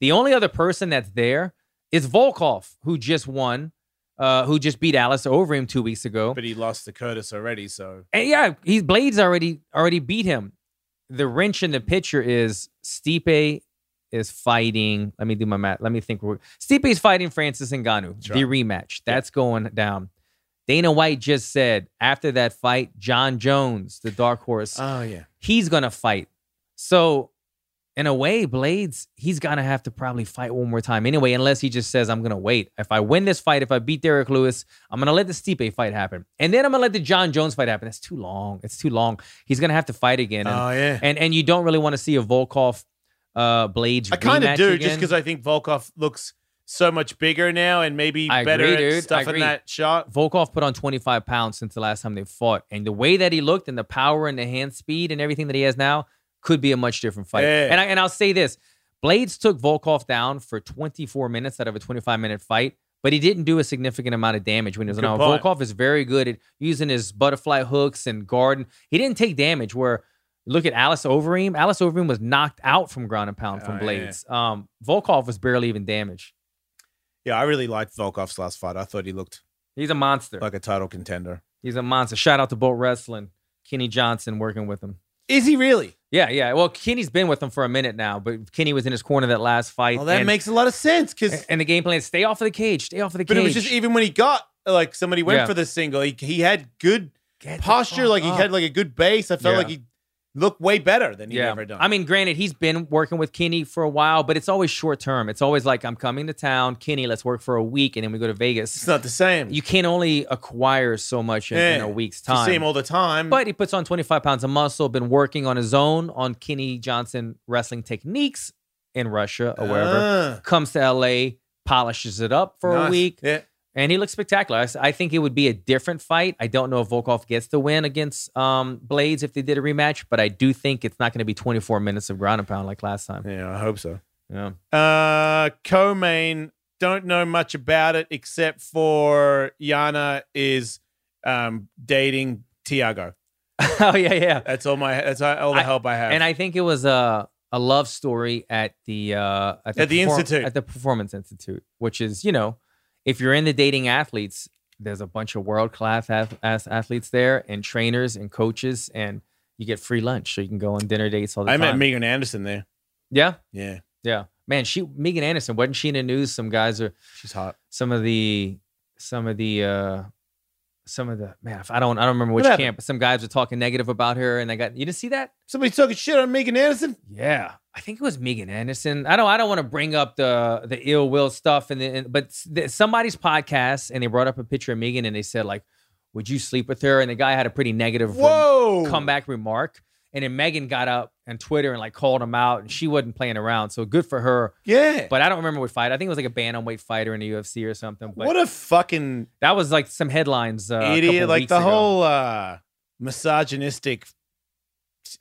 Speaker 3: The only other person that's there is Volkov, who just won, uh, who just beat Alice over him two weeks ago.
Speaker 5: But he lost to Curtis already, so
Speaker 3: And yeah, he's Blades already already beat him. The wrench in the picture is Stipe is fighting. Let me do my math. Let me think. Stipe is fighting Francis Ngannou. The rematch. That's going down. Dana White just said after that fight, John Jones, the dark horse,
Speaker 5: oh yeah.
Speaker 3: he's gonna fight. So, in a way, Blades, he's gonna have to probably fight one more time anyway, unless he just says, I'm gonna wait. If I win this fight, if I beat Derek Lewis, I'm gonna let the Stipe fight happen. And then I'm gonna let the John Jones fight happen. That's too long. It's too long. He's gonna have to fight again. And
Speaker 1: Oh yeah.
Speaker 3: and, and you don't really wanna see a Volkov uh Blades.
Speaker 1: I kind of
Speaker 3: rematch
Speaker 1: do just
Speaker 3: again.
Speaker 1: because I think Volkov looks so much bigger now and maybe
Speaker 3: I
Speaker 1: better
Speaker 3: agree,
Speaker 1: at
Speaker 3: dude. I
Speaker 1: stuff
Speaker 3: agree.
Speaker 1: in that shot.
Speaker 3: Volkov put on 25 pounds since the last time they fought. And the way that he looked and the power and the hand speed and everything that he has now could be a much different fight.
Speaker 1: Yeah.
Speaker 3: And, I, and I'll say this Blades took Volkov down for 24 minutes out of a 25 minute fight, but he didn't do a significant amount of damage when he was
Speaker 1: Good
Speaker 3: on.
Speaker 1: point.
Speaker 3: Volkov is very good at using his butterfly hooks and guard. He didn't take damage where. Look at Alice Overeem. Alice Overeem was knocked out from ground and pound
Speaker 1: Oh,
Speaker 3: from
Speaker 1: yeah.
Speaker 3: Blades. Um, Volkov was barely even damaged.
Speaker 1: Yeah, I really liked Volkov's last fight. I thought he looked
Speaker 3: He's a monster.
Speaker 1: like a title contender.
Speaker 3: He's a monster. Shout out to Bolt Wrestling. Kenny Johnson working with him.
Speaker 1: Is he really?
Speaker 3: Yeah, yeah. Well, Kenny's been with him for a minute now, but Kenny was in his corner that last fight.
Speaker 1: Well, that
Speaker 3: and,
Speaker 1: makes a lot of sense because
Speaker 3: and the game plan is stay off of the cage, stay off of the
Speaker 1: But
Speaker 3: cage.
Speaker 1: it was just even when he got like somebody went
Speaker 3: Yeah.
Speaker 1: for the single, he, he had good
Speaker 3: Get the
Speaker 1: e- posture,
Speaker 3: fuck
Speaker 1: like he
Speaker 3: up.
Speaker 1: had like a good base. I felt
Speaker 3: Yeah.
Speaker 1: like he looked way better than he
Speaker 3: yeah.
Speaker 1: ever done.
Speaker 3: I mean, granted, he's been working with Kenny for a while, but it's always short term. It's always like I'm coming to town, Kenny, let's work for a week, and then we go to
Speaker 1: it's
Speaker 3: Vegas.
Speaker 1: not the same.
Speaker 3: You can only acquire so much in, in
Speaker 1: Yeah.
Speaker 3: a week's
Speaker 1: You
Speaker 3: time.
Speaker 1: see him all the time.
Speaker 3: But he puts on 25 pounds of muscle, been working on his own on Kenny Johnson wrestling techniques in Russia or wherever.
Speaker 1: Ah,
Speaker 3: comes to LA, polishes it up for
Speaker 1: nice.
Speaker 3: a week,
Speaker 1: Yeah.
Speaker 3: and he looks spectacular. I s- I think it would be a different fight. I don't know if Volkov gets the win against um, Blades if they did a rematch, but I do think it's not going to be 24 minutes of ground and pound like last time.
Speaker 1: Yeah, I hope so.
Speaker 3: Yeah.
Speaker 1: Uh co-main, don't know much about it except for Yana is um dating Tiago.
Speaker 3: oh yeah, yeah.
Speaker 1: That's all my that's all the
Speaker 3: I-
Speaker 1: help I have.
Speaker 3: And I think it was a a love story at the uh,
Speaker 1: At the institute.
Speaker 3: at the Performance Institute, which is you know, if you're into dating athletes, there's a bunch of world class ass athletes there, and trainers and coaches, and you get free lunch, so you can go on dinner dates all the
Speaker 1: I
Speaker 3: time.
Speaker 1: met Megan Anderson there.
Speaker 3: Yeah,
Speaker 1: Yeah,
Speaker 3: yeah. Man, she Megan Anderson wasn't she in the news? Some guys are
Speaker 1: she's hot.
Speaker 3: some of the some of the uh some of the man. I don't I don't remember which
Speaker 1: happened?
Speaker 3: camp, but some guys were talking negative about her, and I got you didn't see that.
Speaker 1: Somebody talking shit on Megan Anderson?
Speaker 3: Yeah, I think it was Megan Anderson. I don't. I don't want to bring up the the ill will stuff, and, the, and but s- the, somebody's podcast, and they brought up a picture of Megan, and they said like, "Would you sleep with her?" And the guy had a pretty negative rem-
Speaker 1: Whoa.
Speaker 3: comeback remark, and then Megan got up on Twitter and like called him out, and she wasn't playing around. So good for her.
Speaker 1: Yeah.
Speaker 3: But I don't remember what fight. I think it was like a bantamweight fighter in the UFC or something. But
Speaker 1: what a fucking
Speaker 3: that was like some headlines. Uh, a couple
Speaker 1: idiot! Like
Speaker 3: weeks
Speaker 1: the
Speaker 3: ago.
Speaker 1: whole uh misogynistic,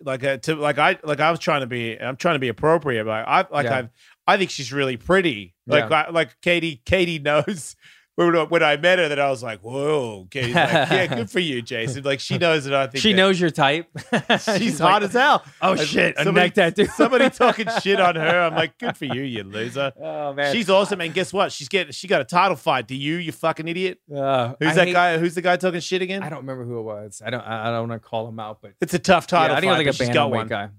Speaker 1: like a, to like I like I was trying to be I'm trying to be appropriate, but I like
Speaker 3: Yeah.
Speaker 1: I've I think she's really pretty. Like
Speaker 3: Yeah.
Speaker 1: I, like Katie Katie knows. When I- when I met her, that I was like, "Whoa, Katie's like, yeah, good for you, Jason." Like she knows that I think
Speaker 3: She
Speaker 1: that-
Speaker 3: knows your type.
Speaker 1: she's hot as hell.
Speaker 3: Oh
Speaker 1: I-
Speaker 3: shit! A
Speaker 1: somebody-
Speaker 3: neck tattoo.
Speaker 1: Somebody talking shit on her, I'm like, "Good for you, you loser."
Speaker 3: Oh man.
Speaker 1: She's awesome, and guess what? She's getting she got a title fight. Do you, you fucking idiot?
Speaker 3: Uh,
Speaker 1: Who's
Speaker 3: I
Speaker 1: that
Speaker 3: hate-
Speaker 1: guy? Who's the guy talking shit again?
Speaker 3: I don't remember who it was. I don't. I I don't want to call him out, but
Speaker 1: It's a tough
Speaker 3: yeah,
Speaker 1: title.
Speaker 3: I think
Speaker 1: fight,
Speaker 3: it was
Speaker 1: but
Speaker 3: like a
Speaker 1: she's got
Speaker 3: bantamweight
Speaker 1: one.
Speaker 3: guy.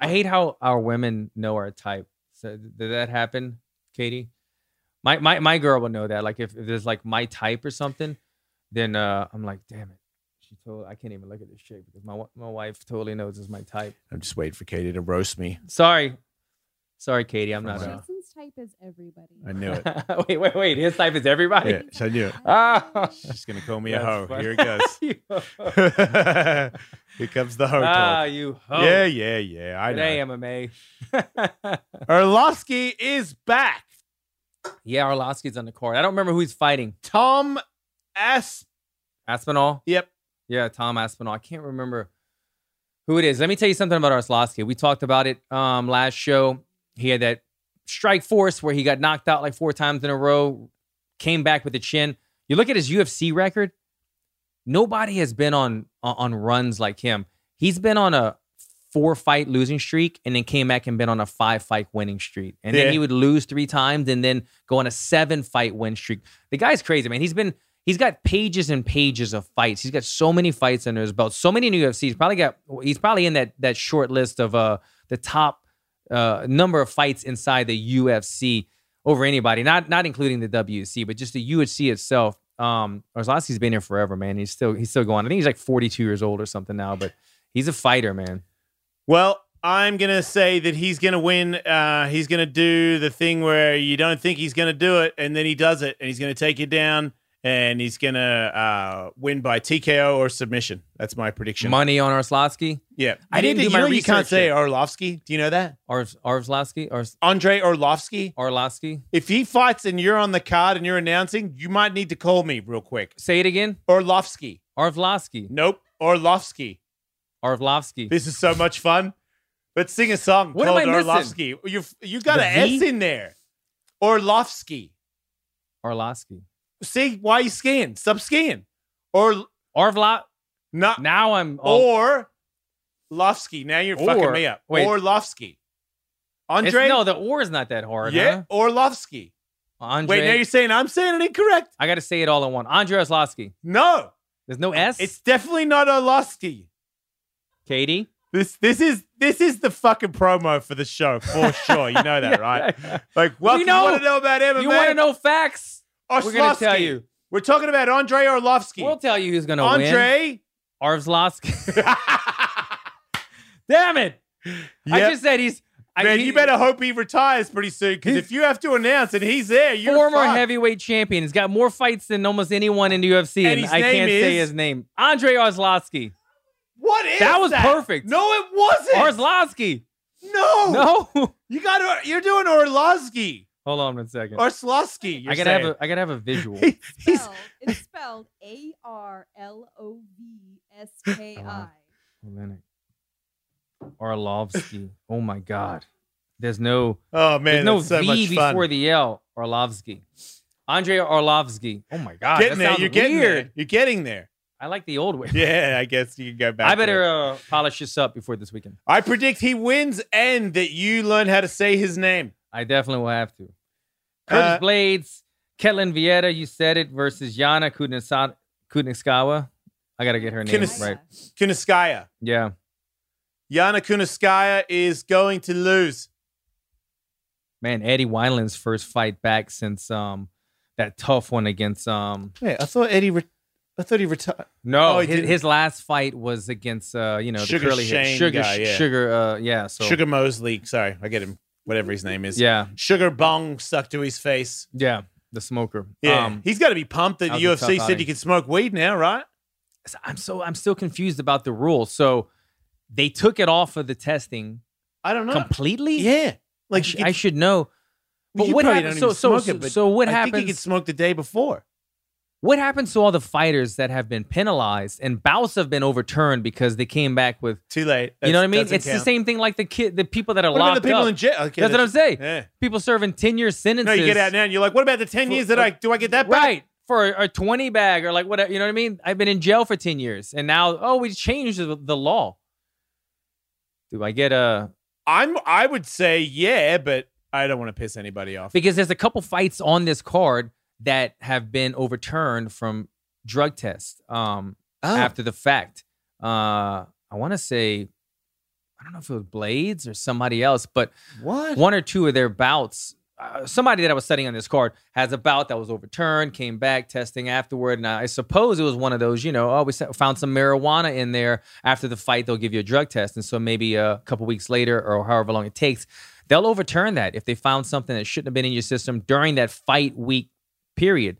Speaker 3: I hate how our women know our type. So th- did that happen, Katie? My my my girl will know that. Like if, if there's like my type or something, then uh, I'm like, damn it. She told I can't even look at this shit because my wa- my wife totally knows it's my type.
Speaker 1: I'm just waiting for Katie to roast me.
Speaker 3: Sorry. Sorry, Katie, I'm not.
Speaker 1: Wow.
Speaker 4: Jason's type is everybody.
Speaker 1: I knew it.
Speaker 3: a- wait, wait, wait. His type is everybody.
Speaker 1: Yeah, so I knew it.
Speaker 4: "Oh,
Speaker 3: Ah.
Speaker 1: She's gonna call me a
Speaker 3: That's
Speaker 1: hoe.
Speaker 3: funny.
Speaker 1: Here it goes.
Speaker 3: You-
Speaker 1: Here comes the hoe
Speaker 3: ah,
Speaker 1: talk.
Speaker 3: you. Hoe.
Speaker 1: Yeah, yeah, yeah. I know.
Speaker 3: Today, MMA.
Speaker 1: Erlowski is back.
Speaker 3: yeah, Arlovsky's on the court. I don't remember who he's fighting.
Speaker 1: Tom S.
Speaker 3: Aspinall.
Speaker 1: Yep.
Speaker 3: Yeah, Tom Aspinall. I can't remember who it is. Let me tell you something about Arlovsky. We talked about it um, last show. He had that strike force where he got knocked out like four times in a row, came back with the chin. You look at his UFC record. Nobody has been on on- on runs like him. He's been on a four fight losing streak and then came back and been on a five fight winning streak. And
Speaker 1: Yeah.
Speaker 3: then he would lose three times and then go on a seven fight win streak. The guy's crazy, man. He's been he's got pages and pages of fights. He's got so many fights under his belt, so many new UFCs. He's probably got he's probably in that that short list of uh the top uh number of fights inside the UFC over anybody, not not including the WC, but just the UFC itself. Um Orzlowski's been here forever, man. He's still he's still going. I think he's like 42 years old or something now, but he's a fighter, man.
Speaker 1: Well, I'm gonna say that he's gonna win. Uh, he's gonna do the thing where you don't think he's gonna do it, and then he does it, and he's gonna take you down, and he's gonna uh, win by TKO or submission. That's my prediction.
Speaker 3: Money on Orzlowski?
Speaker 1: yeah,
Speaker 3: I didn't
Speaker 1: You
Speaker 3: do
Speaker 1: know
Speaker 3: my
Speaker 1: you can't
Speaker 3: research
Speaker 1: say
Speaker 3: yet.
Speaker 1: Orlovsky. Do you know that
Speaker 3: Arv Arvslowski? Arv
Speaker 1: Andre Orlovsky?
Speaker 3: Arlovsky?
Speaker 1: If he fights and you're on the card and you're announcing, you might need to call me real quick.
Speaker 3: Say it again.
Speaker 1: Orlovsky.
Speaker 3: Arvlowski.
Speaker 1: Nope. Orlovsky.
Speaker 3: Arvlovsky.
Speaker 1: This is so much fun. But sing a song
Speaker 3: What am
Speaker 1: called
Speaker 3: I
Speaker 1: Orlovsky.
Speaker 3: missing?
Speaker 1: You you got
Speaker 3: The
Speaker 1: an S
Speaker 3: V?
Speaker 1: in there. Orlovsky.
Speaker 3: Arlovsky.
Speaker 1: See why you skiing? Stop skiing. Or
Speaker 3: Arvlo
Speaker 1: not
Speaker 3: now
Speaker 1: Oh,
Speaker 3: I'm all
Speaker 1: or Lofsky. Now you're fucking
Speaker 3: Or-
Speaker 1: me up.
Speaker 3: wait.
Speaker 1: Orlovsky.
Speaker 3: it's-
Speaker 1: Andre.
Speaker 3: No, the or is not that hard.
Speaker 1: yeah.
Speaker 3: Huh?
Speaker 1: Orlovsky.
Speaker 3: Andre.
Speaker 1: Wait, now you're saying I'm saying it incorrect.
Speaker 3: I gotta say it all in one. Andre Arlovsky.
Speaker 1: No,
Speaker 3: There's no S.
Speaker 1: it's definitely not Orlovsky.
Speaker 3: Katie.
Speaker 1: This this is this is the fucking promo for the show for sure. You know that, right? Like, welcome.
Speaker 3: know.
Speaker 1: You want to know about MMA?
Speaker 3: you want to know facts? We're gonna tell
Speaker 1: Orlovsky.
Speaker 3: you.
Speaker 1: We're talking about Andre Orlovsky.
Speaker 3: We'll tell you who's gonna win.
Speaker 1: Andre.
Speaker 3: Arvlowski.
Speaker 1: Damn it!
Speaker 3: I just said he's. I,
Speaker 1: Man,
Speaker 3: he-
Speaker 1: you better hope he retires pretty soon because
Speaker 3: He's-
Speaker 1: if you have to announce and he's there, you're
Speaker 3: Former
Speaker 1: fucked.
Speaker 3: heavyweight champion. He's got more fights than almost anyone in the UFC,
Speaker 1: And
Speaker 3: and,
Speaker 1: his
Speaker 3: I
Speaker 1: name
Speaker 3: can't say
Speaker 1: is-
Speaker 3: his name. Andre Arlovsky.
Speaker 1: What is
Speaker 3: That was perfect.
Speaker 1: No, it wasn't.
Speaker 3: Arlovsky.
Speaker 1: no,
Speaker 3: No. Hold
Speaker 1: You got you're doing Orlovsky.
Speaker 3: on one second.
Speaker 1: Orlovsky. You're
Speaker 3: I gotta
Speaker 1: saying.
Speaker 3: have a. I gotta have a visual.
Speaker 1: He's-
Speaker 4: Spelled, it's spelled A R L O V S K
Speaker 1: Uh-huh.
Speaker 4: I.
Speaker 3: Olenek. Arlovsky. Oh my God. There's no
Speaker 1: oh
Speaker 3: there's
Speaker 1: man,
Speaker 3: no
Speaker 1: that's so
Speaker 3: V
Speaker 1: much fun.
Speaker 3: before the L. Arlovsky. Andre Arlovsky. Oh my God.
Speaker 1: getting
Speaker 3: that
Speaker 1: there.
Speaker 3: sounds
Speaker 1: You're getting
Speaker 3: weird.
Speaker 1: there. You're getting there.
Speaker 3: I like the old way.
Speaker 1: Yeah, I guess you can go back.
Speaker 3: I
Speaker 1: to it.
Speaker 3: better uh, polish this up before this weekend.
Speaker 1: I predict he wins and that you learn how to say his name.
Speaker 3: I definitely will have to. Curtis
Speaker 1: Uh,
Speaker 3: Blades, Ketlin Vieta, you said it, versus Yana Kudnisa- Kudnikskaya. I got to get her name
Speaker 1: Kunis-
Speaker 3: right.
Speaker 1: Kuniskaya.
Speaker 3: Yeah.
Speaker 1: Yana Kuniskaya is going to lose.
Speaker 3: Man, Eddie Wineland's first fight back since um that tough one against um
Speaker 1: Wait, I thought Eddie. Re- I thought he retired.
Speaker 3: no
Speaker 1: Oh, he
Speaker 3: his,
Speaker 1: didn't.
Speaker 3: his last fight was against uh you know the
Speaker 1: Sugar
Speaker 3: curly hair-
Speaker 1: Shane
Speaker 3: sugar
Speaker 1: guy, yeah.
Speaker 3: sugar uh yeah so
Speaker 1: Sugar Mosley. Sorry, I get him. Whatever his name is.
Speaker 3: yeah
Speaker 1: Sugar Bong stuck to his face.
Speaker 3: yeah the smoker Um,
Speaker 1: Yeah, he's got to be pumped that
Speaker 3: that
Speaker 1: the
Speaker 3: was a
Speaker 1: UFC
Speaker 3: tough
Speaker 1: said
Speaker 3: outing.
Speaker 1: you can smoke weed now, right?
Speaker 3: so I'm so I'm still confused about the rule. So they took it off of the testing
Speaker 1: I don't know.
Speaker 3: completely.
Speaker 1: yeah,
Speaker 3: like I,
Speaker 1: like
Speaker 3: sh-
Speaker 1: you could-
Speaker 3: I should know.
Speaker 1: well,
Speaker 3: But
Speaker 1: you
Speaker 3: what
Speaker 1: probably
Speaker 3: happens? So
Speaker 1: don't even
Speaker 3: so
Speaker 1: smoke
Speaker 3: so,
Speaker 1: it, but
Speaker 3: so what
Speaker 1: I think he
Speaker 3: happens?
Speaker 1: could smoke the day before.
Speaker 3: what happens to all the fighters that have been penalized and bouts have been overturned because they came back with
Speaker 1: Too late.
Speaker 3: you know what I
Speaker 1: That
Speaker 3: mean?
Speaker 1: doesn't
Speaker 3: It's the
Speaker 1: count.
Speaker 3: same thing like the kid, the people that are
Speaker 1: What about
Speaker 3: locked
Speaker 1: the people
Speaker 3: up.
Speaker 1: in jail? Okay,
Speaker 3: that's what I'm saying.
Speaker 1: Yeah.
Speaker 3: People serving ten year
Speaker 1: No,
Speaker 3: sentences.
Speaker 1: you get out now, and you're like, what about the ten
Speaker 3: For-
Speaker 1: years that I do? I get that back?
Speaker 3: right for a, a 20 bag or like whatever you know what i mean i've been in jail for 10 years and now oh we changed the, the law do i get a
Speaker 1: I'm. I would say yeah, but I don't want to piss anybody off.
Speaker 3: because there's a couple fights on this card that have been overturned from drug tests um
Speaker 1: Oh.
Speaker 3: after the fact uh i want to say i don't know if it was blades or somebody else but
Speaker 1: What?
Speaker 3: one or two of their bouts. Uh, somebody that I was studying on this card has a bout that was overturned, came back testing afterward, and I suppose it was one of those. You know, oh, we sa- found some marijuana in there after the fight. They'll give you a drug test, and so maybe a couple weeks later, or however long it takes, They'll overturn that if they found something that shouldn't have been in your system during that fight week period.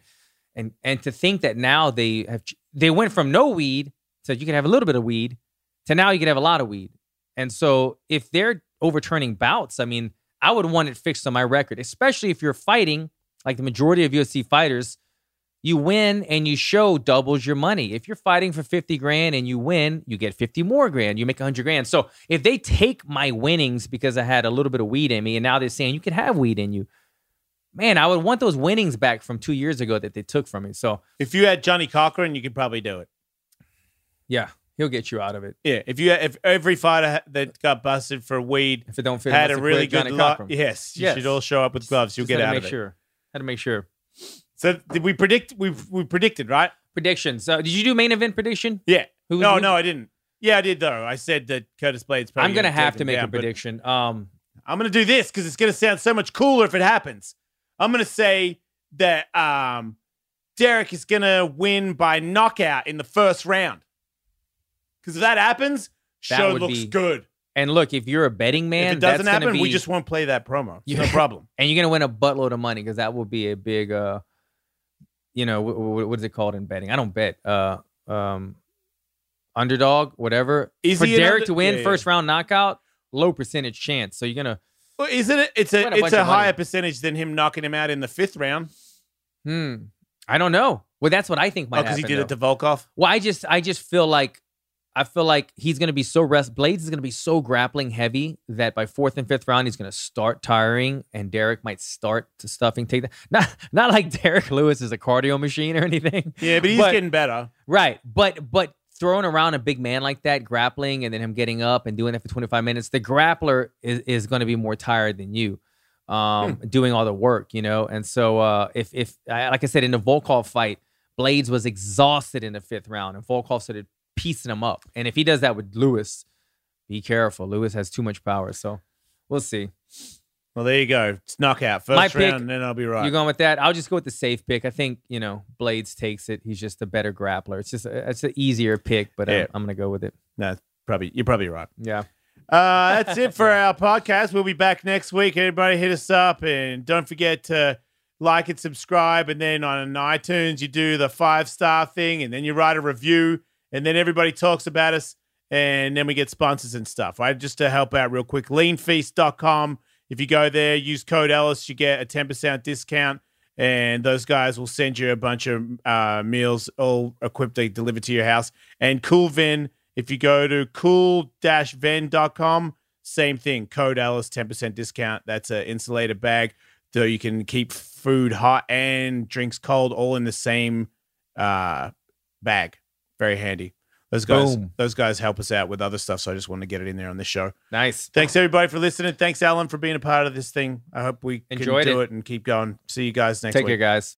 Speaker 3: And and to think that now they have ch- they went from no weed to you can have a little bit of weed to now you can have a lot of weed. And so if they're overturning bouts, I mean, I would want it fixed on my record, especially if you're fighting like the majority of UFC fighters you win and you show doubles your money. If you're fighting for 50 grand and you win, you get 50 more grand. You make 100 grand. So if they take my winnings because I had a little bit of weed in me and now they're saying you can have weed in you, man, I would want those winnings back from two years ago that they took from me. So
Speaker 1: If you had Johnny Cochran, you could probably do it.
Speaker 3: yeah, he'll get you out of it
Speaker 1: Yeah. If you had, if every fighter ha- that got busted for weed
Speaker 3: if it don't fit.
Speaker 1: had
Speaker 3: unless
Speaker 1: a
Speaker 3: it
Speaker 1: really
Speaker 3: quit Johnny
Speaker 1: good luck,
Speaker 3: Cochran.
Speaker 1: yes, you
Speaker 3: Yes.
Speaker 1: should all show up with gloves. You'll
Speaker 3: Just
Speaker 1: get
Speaker 3: had to
Speaker 1: out
Speaker 3: make
Speaker 1: of it.
Speaker 3: sure. Had to make sure.
Speaker 1: So did we predict? We we predicted right?
Speaker 3: Predictions. Uh, did you do main event prediction?
Speaker 1: Yeah.
Speaker 3: Who,
Speaker 1: no,
Speaker 3: who-
Speaker 1: no, I didn't. Yeah, I did though. I said that Curtis Blade's. Probably
Speaker 3: I'm gonna
Speaker 1: take
Speaker 3: have to
Speaker 1: him
Speaker 3: make
Speaker 1: down,
Speaker 3: a
Speaker 1: but-
Speaker 3: prediction. Um,
Speaker 1: I'm gonna do this because it's gonna sound so much cooler if it happens. I'm gonna say that um, Derek is gonna win by knockout in the first round. Because if that happens,
Speaker 3: That
Speaker 1: show
Speaker 3: would
Speaker 1: looks
Speaker 3: be-
Speaker 1: good.
Speaker 3: and look, if you're a betting man,
Speaker 1: if it doesn't
Speaker 3: that's gonna
Speaker 1: happen, we
Speaker 3: be-
Speaker 1: just won't play that promo.
Speaker 3: Yeah.
Speaker 1: No problem.
Speaker 3: and you're gonna win a buttload of money because that will be a big uh you know wh- wh- what is it called in betting i don't bet uh um underdog whatever
Speaker 1: Is
Speaker 3: for
Speaker 1: he an
Speaker 3: derek
Speaker 1: under-
Speaker 3: to win
Speaker 1: yeah, yeah.
Speaker 3: first round knockout low percentage chance so you're gonna
Speaker 1: Well, isn't it? It's
Speaker 3: Quite
Speaker 1: a,
Speaker 3: a bunch
Speaker 1: it's a
Speaker 3: of money.
Speaker 1: higher percentage than him knocking him out in the fifth round.
Speaker 3: hmm i don't know well that's what i think
Speaker 1: Oh,
Speaker 3: might
Speaker 1: because he
Speaker 3: happen
Speaker 1: did it
Speaker 3: though.
Speaker 1: to Volkov.
Speaker 3: well i just i just feel like i feel like he's gonna be so rest blades is gonna be so grappling heavy that by fourth and fifth round he's gonna start tiring and derek might start to stuffing take that not not like derek lewis is a cardio machine or anything
Speaker 1: Yeah, but he's
Speaker 3: But-
Speaker 1: getting better.
Speaker 3: Right. But but throwing around a big man like that, grappling, and then him getting up and doing that for 25 minutes, the grappler is, is going to be more tired than you. Um,
Speaker 1: Hmm.
Speaker 3: doing all the work, you know, and so uh, if if I- like I said in the Volkov fight, Blades was exhausted in the fifth round, and Volkov started piecing him up. And if he does that with Lewis, be careful. Lewis has too much power, so we'll see.
Speaker 1: Well, there you go. It's knockout first
Speaker 3: My
Speaker 1: round,
Speaker 3: pick-
Speaker 1: and then I'll be right.
Speaker 3: You're going with that? I'll just go with the safe pick. I think you know Blades takes it. He's just a better grappler. It's just a, it's an easier pick, but uh,
Speaker 1: Yeah.
Speaker 3: I'm, I'm gonna go with it.
Speaker 1: probably you're probably right.
Speaker 3: Yeah.
Speaker 1: Uh, that's it for our podcast. We'll be back next week. Everybody hit us up and don't forget to like and subscribe. And then on iTunes, you do the five star thing and then you write a review and then everybody talks about us and then we get sponsors and stuff, right? Just to help out real quick, leanfeast.com. If you go there, use code Ellis, you get a 10% discount and those guys will send you a bunch of uh, meals all equipped, they deliver to your house. And Cool Vin, if you go to cool-ven.com, same thing, code Alice, 10% discount. That's an insulated bag, so you can keep food hot and drinks cold all in the same uh, bag. Very handy. Those guys,
Speaker 3: Boom.
Speaker 1: those guys help us out with other stuff, so I just want to get it in there on the show.
Speaker 3: Nice.
Speaker 1: Thanks everybody for listening. Thanks Alan for being a part of this thing. I hope we
Speaker 3: Enjoyed
Speaker 1: can do
Speaker 3: it.
Speaker 1: it. and keep going. See you guys next
Speaker 3: Take
Speaker 1: week.
Speaker 3: care, guys.